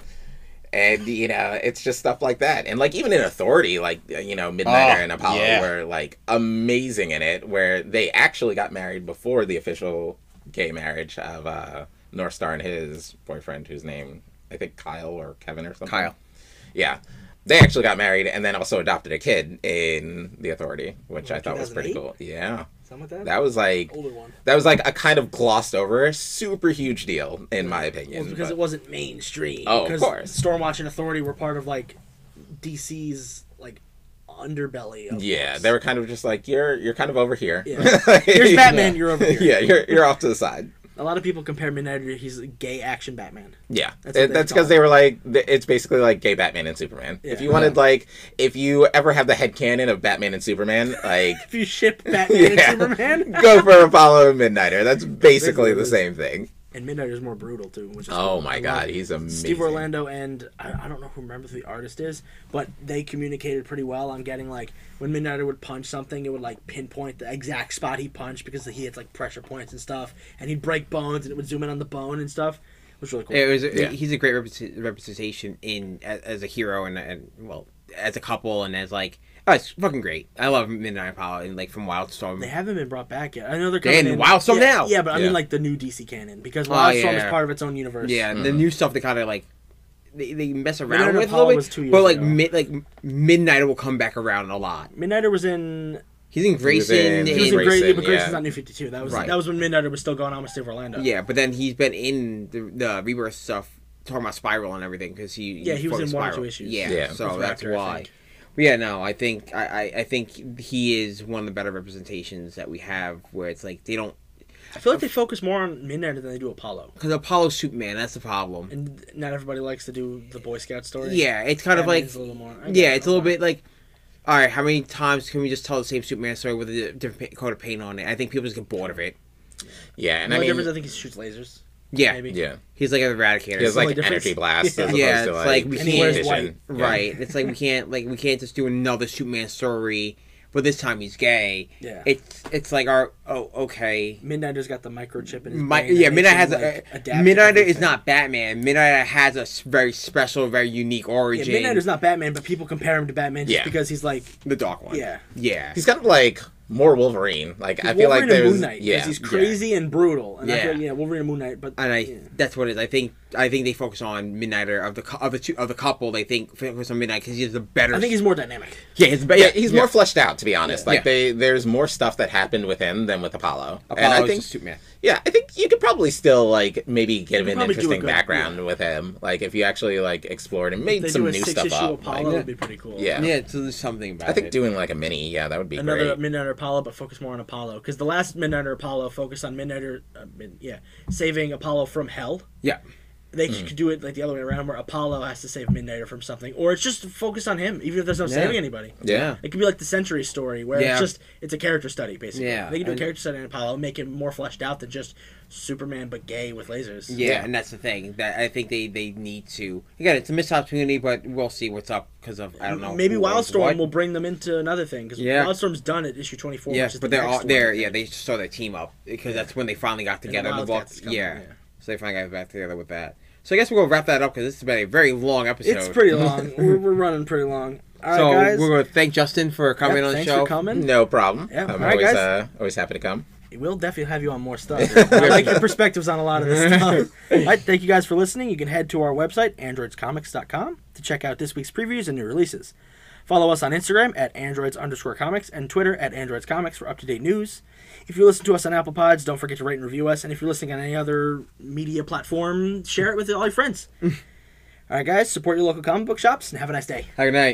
And you know, it's just stuff like that, and like even in Authority, like uh, you know, Midnighter
Oh,
and Apollo
yeah.
were like amazing in it, where they actually got married before the official gay marriage of uh, North Star and his boyfriend, whose name I think Kyle or Kevin or something.
Kyle.
Yeah. They actually got married and then also adopted a kid in The Authority, which I thought was pretty
2008?
cool. Yeah.
Something like that,
That was like
older one
that was like a kind of glossed over, super huge deal in my
it was
opinion.
Mm. because
but-
it wasn't mainstream
Oh, of
'Cause
course.
stormwatch and authority were part of like dc's like underbelly of
yeah,
books.
they were kind of just like you're you're kind of over here.
Yeah.
Like,
Here's Batman, you're over here.
yeah, you're you're off to the side.
a lot of people compare midnighter he's a gay action batman
Yeah,
That's what
It-
they
that's
call
because they were like th- it's basically like gay Batman and Superman. If
Yeah. Uh-huh.
you wanted like if you ever have the headcanon of Batman and Superman, like
if you ship batman
Yeah.
and superman
go for Apollo and Midnighter. That's basically the same thing.
and midnighter's more brutal too which is
Oh
cool. I
my
love
god,
it.
he's amazing.
Steve Orlando and I, I don't know who remember who the artist is, but they communicated pretty well on getting like when Midnighter would punch something, it would like pinpoint the exact spot he punched because he hits like pressure points and stuff, and he'd break bones and it would zoom in on the bone and stuff, which was really cool.
It was
Yeah.
he's a great represent- representation in as, as a hero and, and well as a couple and as like oh it's fucking great. I love Midnight Apollo and like from Wildstorm.
they haven't been brought back yet. I know they're
They
coming
in
in.
Wildstorm
yeah,
now!
Yeah, but I
Yeah.
mean like the new DC canon because
Oh,
Wildstorm
yeah.
is part of its own universe.
Yeah, the new stuff they kind of like they, they mess around
Midnight
with a
Apollo
little
was
bit,
two years
but like
ago.
mid like Midnight will come back around a lot.
Midnighter was in.
He's in Grayson.
in-
He was
and-
in Grayson,
Grayson,
but Grayson's
yeah.
not New Fifty Two. That was
Right.
that was when Midnighter was still going on with Steve Orlando.
yeah, but then he's been in the, the rebirth stuff, talking about Spiral and everything because he
Yeah, he was
fucking
in one or two
Spiral.
issues.
Yeah,
Yeah.
so
That's
that's
Raptor, I
why.
think.
But yeah, no, I think I, I I think he is one of the better representations that we have, where it's like they don't
I feel like they focus more on Midnighter than they do Apollo.
because Apollo Superman that's the problem.
And not everybody likes to do the Boy Scout story.
Yeah, it's kind of
Batman
like
is a little more- I
yeah,
get
it's
it.
a little bit like. All right, how many times can we just tell the same Superman story with a di- different pa- coat of paint on it? I think people just get bored of it.
Yeah, and
The
I
only
mean,
difference, I think, he shoots lasers.
Yeah,
Maybe.
yeah,
he's like an eradicator.
he has
only
like
difference.
energy blasts as
Yeah,
opposed to
it's
like,
like we
And he wears
vision.
white.
Yeah.
Right. It's like we can't like we can't just do another Superman story, but this time he's gay.
Yeah.
It's it's like our oh okay.
Midnighter's got the microchip in his
My,
brain that
yeah,
makes
Midnight
him,
has
like,
a, uh,
adapt to
Midnighter is
everything.
not Batman. Midnighter has a s- very special, very unique
Yeah,
origin.
Midnighter's not Batman, but people compare him to Batman just
Yeah.
because he's like
the dark one.
Yeah.
yeah,
He's kind of like more Wolverine. Like I feel
Wolverine
like there's
and Moon Knight. 'cause
yeah,
he's crazy and brutal. And I
Yeah.
feel, yeah, Wolverine and Moon Knight. But
and I
yeah.
that's what it is. I think I think they focus on Midnighter of the cou- of the two, of the couple. They think focus on Midnight because he's the better.
I think he's more dynamic.
yeah, he's, the-
Oh, yeah, he's
yeah.
more fleshed out to be honest. Like
Yeah.
they there's more stuff that happened with him than with Apollo. and
Apollo's
I think
just Superman.
yeah, I think you could probably still like maybe give an
probably do a
interesting
good-
background with him. Like if you actually like explored and
They
made some
do
new
a
stuff
six-issue
up.
Apollo.
Like,
would be pretty cool.
yeah.
Yeah, so there's something about.
I think
it.
doing like a mini, yeah, that would be
Another
great.
Midnighter Apollo, but focus more on Apollo because the last Midnighter Apollo focused on Midnighter, uh, mid, yeah, saving Apollo from hell.
yeah.
They could do it like the other way around, where Apollo has to save Midnighter from something, or it's just focused on him, even if there's no saving anybody.
Yeah.
It could be like the Century story, where
Yeah.
it's just it's a character study basically.
Yeah,
they could do
and-
a character study on Apollo, make him more fleshed out than just Superman but gay with lasers.
Yeah,
Yeah.
and that's the thing that I think they they need to. Again, it's a missed opportunity, but we'll see what's up because of I don't know.
Maybe
who owns
Wildstorm
what.
will bring them into another thing because
Yeah.
Wildstorm's done at issue twenty four.
Yeah,
which is
but
the
they're
next
all
one, I
they're
think.
yeah they saw their team up because that's when they finally got together. And the
Wildcats
Wildcats,
is coming,
yeah.
yeah.
so they finally got back together with that. So I guess we'll wrap that up because this has been a very long episode.
It's pretty long. we're, we're running pretty long. All right,
so
guys.
we're going to thank Justin for coming
Yep,
on the
thanks
show.
for coming.
No problem.
Yeah.
I'm
All right,
always,
guys.
Uh, always happy to come.
We'll definitely have you on more stuff. I like your perspectives on a lot of this stuff. All right, thank you guys for listening. You can head to our website, androidscomics.com, to check out this week's previews and new releases. Follow us on Instagram at androids underscore comics and Twitter at androids comics for up to date news. If you listen to us on Apple Pods, don't forget to rate and review us. And if you're listening on any other media platform, share it with all your friends. all right, guys, support your local comic book shops and have a nice day.
Have a good night.